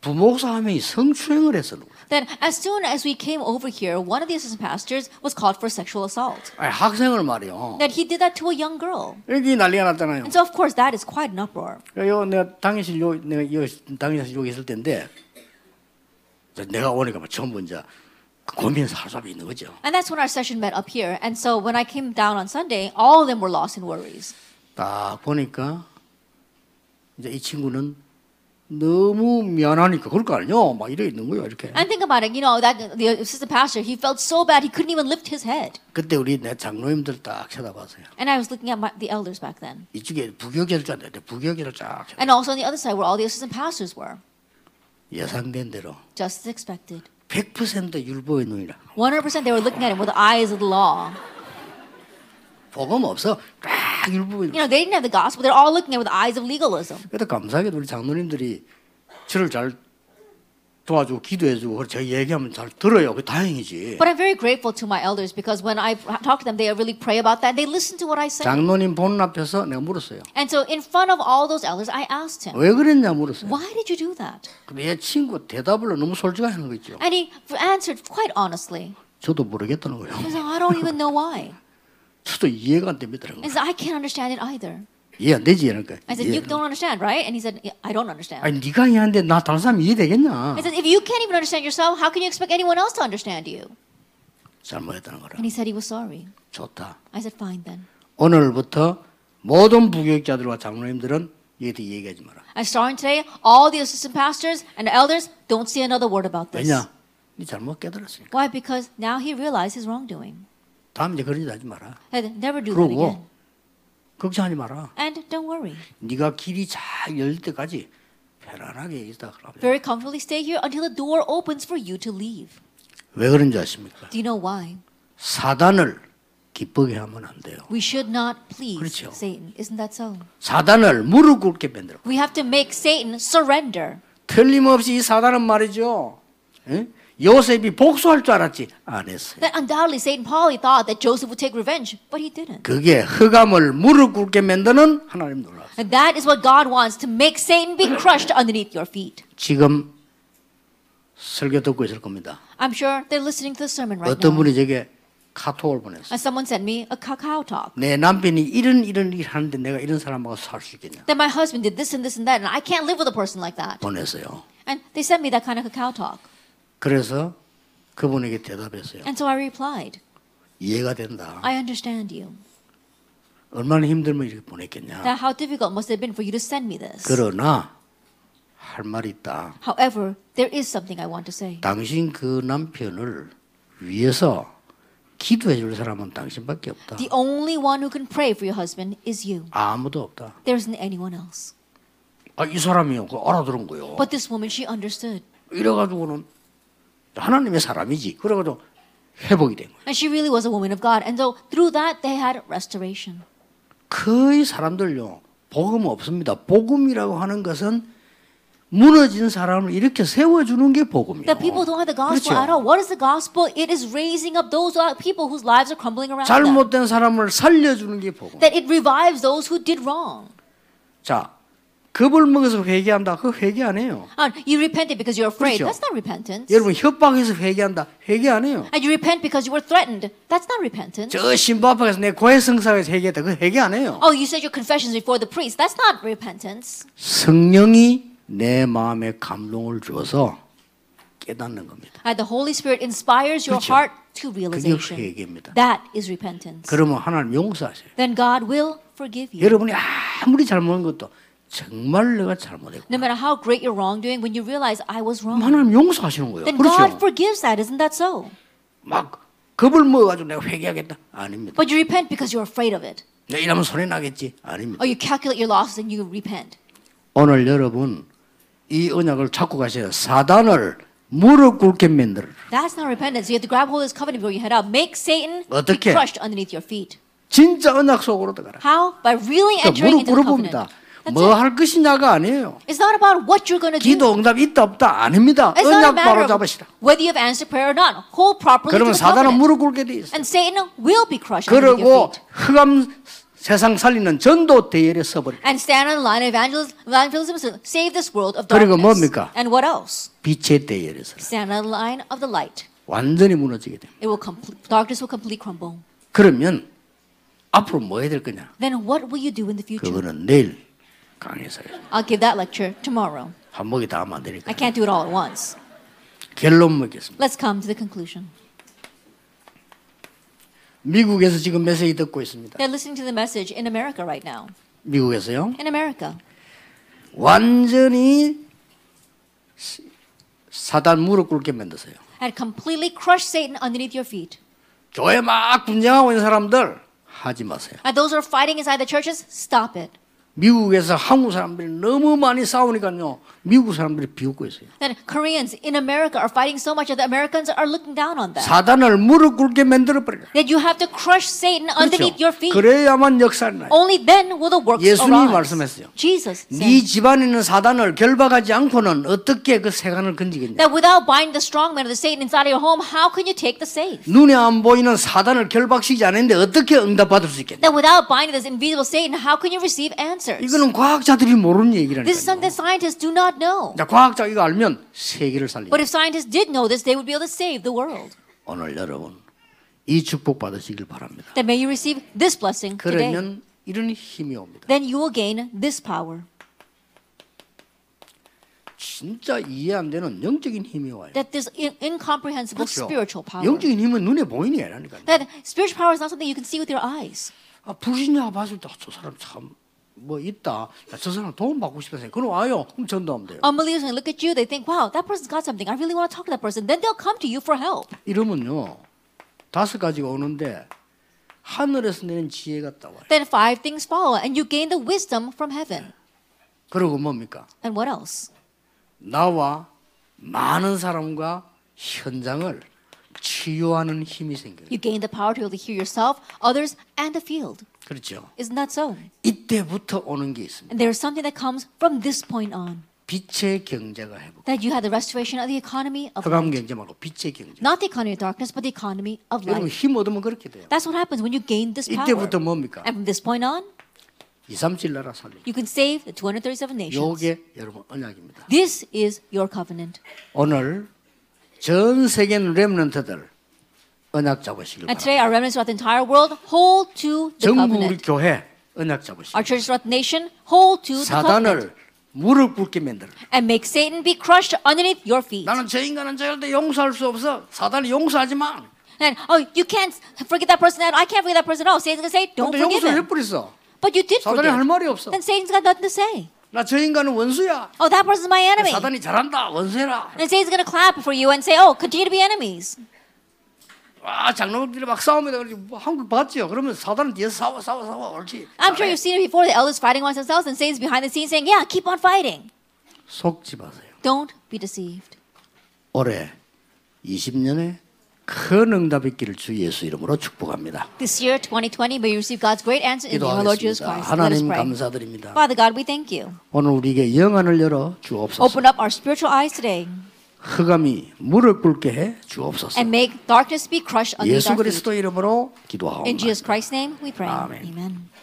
부목사 한 명이 성추행을 했어요. Then, as soon as we came over here, one of the assistant pastors was called for sexual assault. 아니, 학생을 말이요. That he did that to a young girl. 여기 난리가 났잖아요. And so, of course, that is quite an uproar. 요 내가 당일실 요 내가 요 당일실 여기 있을 텐데 이제 내가 오니까 뭐 전부 이제 그 고민 사로잡이 있는 거죠. And that's when our session met up here. And so, when I came down on Sunday, all of them were lost in worries. 딱 보니까 이제 이 친구는 너무 미안하니까 그럴 거 아니요. 막 이래 있는 거예요. 이렇게. And think about it, you know, that the assistant pastor, he felt so bad he couldn't even lift his head. 그때 우리 내 장로님들 딱 쳐다봤어요. And I was looking at my, the elders back then. 이쪽에 부교계를 짰는데 부교계를 쫙 쳐다- And also on the other side where all the assistant pastors were, 예상된 대로 just as expected. 100% 율법의 눈이라. 100% they were looking at him with the eyes of the law. 복음 없어. 딱 율법의 눈. You know, they didn't have the gospel. They're all looking at him with the eyes of legalism. 그래도 감사하게도 우리 장로님들이 저를 잘 도와주고 기도해주고 그래서 제가 얘기하면 잘 들어요. 그 다행이지. But I'm very grateful to my elders because when I talk to them, they really pray about that. They listen to what I say. 장로님 보는 앞에서 내가 물었어요. And so in front of all those elders, I asked him, 왜 그랬냐 물었어요. why did you do that? 근데 얘 친구 대답을 너무 솔직하게 하는 거 있죠. And he answered quite honestly. 저도 모르겠다는 거예요. (laughs) He was like, I don't even know why. 저도 이해가 안 됩니다라고. And so I can't understand it either. 이해 안 되지 얘는 I 아, said, 이해. you don't understand, right? And he said, "Yeah, I don't understand. 아니 네가 이해하는데 나 다른 사람 이해되겠냐? I said, if you can't even understand yourself, how can you expect anyone else to understand you? 잘못했다는 거라. And he said he was sorry. 좋다. I said, fine then. 오늘부터 모든 부교육자들과 장로님들은 얘들 얘기하지 마라. I starting today, all the assistant pastors and elders don't say another word about this. 왜냐? 네 잘못 깨달았으니까. Why? Because now he realized his wrongdoing. 다음 이제 그런 짓 하지 마라. And never do that again. 그러고 걱정하지 마라. And don't worry. 네가 길이 잘 열릴 때까지 편안하게 있다 그러면. Very comfortably stay here until the door opens for you to leave. 왜 그런지 아십니까? Do you know why? 사단을 기쁘게 하면 안 돼요. We should not please 그렇죠. Satan. Isn't that so? 사단을 무릎 꿇게 만들어. We have to make Satan surrender. 틀림없이 이 사단은 말이죠. 예? 요셉이 복수할 줄 알았지 안 했어요. That undoubtedly Satan probably thought that Joseph would take revenge, but he didn't. 그게 흑암을 무릎 꿇게 만드는 하나님 놀라. And that is what God wants to make Satan be crushed underneath your feet. 지금 설교 듣고 있을 겁니다. I'm sure they're listening to the sermon right 어떤 now. 분이 저게 카톡을 보냈어. And someone sent me a cacao talk 내 남편이 이런 이런 일 하는데 내가 이런 사람하고 살 수 있겠냐 that my husband did this and this and that, and I can't live with a person like that. 보냈어요. And they sent me that kind of cacao talk. 그래서 그분에게 대답했어요. And so I replied, 이해가 된다. I understand you. 얼마나 힘들면 이렇게 보냈겠냐. Now, how difficult must it have been for you to send me this? 그러나 할 말이 있다. However, there is something I want to say. 당신 그 남편을 위해서 기도해 줄 사람은 당신밖에 없다. The only one who can pray for your husband is you. 아무도 없다. There isn't anyone else. 아, 이 사람이 그 알아들은 거요. But this woman, she understood. 이래가지고는 하나님의 사람이지. 그래가지고 회복이 된 거예요. And she really was a woman of God. And so through that, they had restoration. 거의 사람들요 복음 없습니다. 복음이라고 하는 것은 무너진 사람을 이렇게 세워주는 게 복음이에요. That people don't have the 그렇죠. gospel at all. What is the gospel? It is raising up those uh, people whose lives are crumbling around them. 잘못된 사람을 살려주는 게 복음. That it revives those who did wrong. 자, 겁을 먹어서 회개한다. 그거 회개 안 해요. Uh, you repented because you're afraid. 그렇죠. That's not repentance. 여러분 협박해서 회개한다. 회개 안 해요. And you repent because you were threatened. That's not repentance. 저 신부 앞에서 내 고해성사에서 회개했다. 그거 회개 안 해요. Oh, you said your confessions before the priest. That's not repentance. 성령이 내 마음에 감동을 줘서 깨닫는 겁니다. Uh, the Holy Spirit inspires your 그렇죠. heart to 그게 realization. 회개입니다. That is repentance. 그러면 하나님 용서하세요. Then God will forgive you. 여러분이 아무리 잘못한 것도 정말 내가 잘못했고 No matter how great your wrongdoing, when you realize I was 그럼 wrong, 하나님 용서하시는 거예요. then God 그렇죠? forgives that. Isn't that so? 막 겁을 먹어가지고 내가 회개하겠다? 아닙니다. But you repent because you're afraid of it. 내가 이러면 손해 나겠지? 아닙니다. Or you calculate your losses and you repent. 오늘 여러분 이 언약을 찾고 가셔야 사단을 무릎 꿇게 만들어. That's not repentance. You have to grab hold of this covenant before you head out. Make Satan be 어떻게? crushed underneath your feet. 진짜 언약 속으로 들어가라. How? By really 그러니까 무릎 entering into the 꿇어봅니다. covenant. That's 뭐 it. 할 것이냐가 아니에요. It's not about what you're going to do. 기도 응답 있다 없다 음. 아닙니다. It's not a 언약 matter 바로 뭐 of 잡으시라. whether you've answered prayer or not. Hold properly to 그러면 the 사단은 covenant. 무릎 꿇게 돼 있어. And Satan will be crushed underneath 그리고 your feet. 흑암 세상 살리는 전도 대열에 서버려. And stand on the line of evangelis- evangelism to save this world of 그리고 darkness. 뭡니까? And what else? 빛의 대열에 서 Stand on the line of the light. 완전히 무너지게 됩니다. It will complete, darkness will completely crumble. 그러면 앞으로 뭐 해야 될 거냐? Then what will you do in the future? 그거는 내일 강해서 I'll give that lecture tomorrow. 한 목이 다 하면 안 I 되니까 can't do it all at once. 결론 먹겠습니다. Let's come to the conclusion. 미국에서 지금 메시지 듣고 있습니다. They're listening to the message in America right now. 미국에서요. In America. 완전히 시- 사단 무릎 꿇게 만드세요. And completely crush Satan underneath your feet. 교회 막 분쟁하고 있는 사람들 하지 마세요. And those who are fighting inside the churches, stop it. 미국에서 한국 사람들이 너무 많이 싸우니까요. 미국 사람들이 비웃고 있어요. Then Koreans in America are fighting so much that the Americans are looking down on them. 사단을 무릎 꿇게 만들어 버려. that you have to crush Satan underneath your feet. Oh, 그래야만 역사를 나요. Only then will the works 예수님이 arise. 말씀했어요. Jesus said 네 집안에 있는 사단을 결박하지 않고는 어떻게 그 세간을 건지겠냐? that without binding the strong man of the Satan inside of your home, how can you take the safe? 눈에 안 보이는 사단을 결박시키지 않는데 어떻게 응답받을 수 있겠냐? That without binding this invisible Satan, how can you receive answers? 이거는 과학자들이 모르는 this is 얘기라니까요. something scientists do not know. 자, 과학자 이거 알면 세계를 살리죠. But if scientists did know this, they would be able to save the world. 오늘 여러분 이 축복 받으시길 바랍니다. That may you receive this blessing today. 그러면 이런 힘이 옵니다. Then you will gain this power. 진짜 이해 안 되는 영적인 힘이 와요. That this in- incomprehensible 그렇죠? spiritual power. 영적인 힘은 눈에 보이니 아니니까. That spiritual power is not something you can see with your eyes. 아, 불신자 봤을 때 저 사람 참 뭐 있다. 야, 저 사람 도움 받고 싶다 생각. 그럼 와요. 그럼 전도하면 돼요. Unbelievers, when they look at you, they think, wow, that person's got something. I really want to talk to that person. Then they'll come to you for help. 이러면요 다섯 가지가 오는데 하늘에서 내는 지혜가 따와요. Then five things follow, and you gain the wisdom from heaven. 그리고 뭡니까? And what else? 나와 많은 사람과 현장을 치유하는 힘이 생겨요. You gain the power to be able to hear yourself, others, and the field. 그렇죠. Isn't that so? 이때부터 오는 게 있습니다. And there's something that comes from this point on 빛의 경제가 회복. that you have the restoration of the economy of 흑암 경제 말고 빛의 경제. not the economy of darkness, but the economy of 여러분 light. 힘 얻으면 그렇게 돼요. That's what happens when you gain this power. 이때부터 뭡니까? And from this point on, 2, 3, 7 나라 살리. you can save the 237 nations. 요게 여러분 언약입니다. This is your covenant. 오늘 전 세계는 렘넌트들 언약 잡으시길 바랍니다. And today, our remnants throughout the entire world hold to the 전국 우리 covenant. 교회 언약 잡으시길 Our churches throughout the nation hold to the covenant. 사단을 무릎 꿇게 만들어. And make Satan be crushed underneath your feet. 나는 저 인간은 절대 용서할 수 없어. 사단이 용서하지 마. And oh, you can't forget that person. That I can't forget that person. Oh, Satan's gonna say, don't 근데 forgive him. 용서해버렸어. 네. But you did 사단이 할 forgive. 말이 없어. Then Satan's got nothing to say. 나 저 인간은 원수야. Oh, that person's my enemy. 사단이 잘한다. 원수해라. And Satan's gonna clap for you and say, oh, continue to be enemies. 와 장로들이 막 싸웁니다. 그러지 뭐 한국 봤지요. 그러면 사단은 뒤에서 싸워 싸워 싸워 옳지. I'm sure you've seen it before. The elders fighting amongst themselves, and Satan's behind the scenes saying, yeah, keep on fighting. 속지 마세요. Don't be deceived. 올해 20년에 큰 응답 있기를 주 예수 이름으로 축복합니다. This year, 2020, may you receive God's great answer in the name of our Lord Jesus 기도하겠습니다. Christ. Let us 하나님 pray. 감사드립니다. Father God, we thank you. 오늘 우리에게 영안을 열어 주옵소서. Open up our spiritual eyes today 흑암이 물을 꿇게 해 주옵소서. and make darkness be crushed underneath 예수 our feet. 그리스도 이름으로 In 기도하옵나이다. Jesus Christ's name, we pray. Amen. Amen.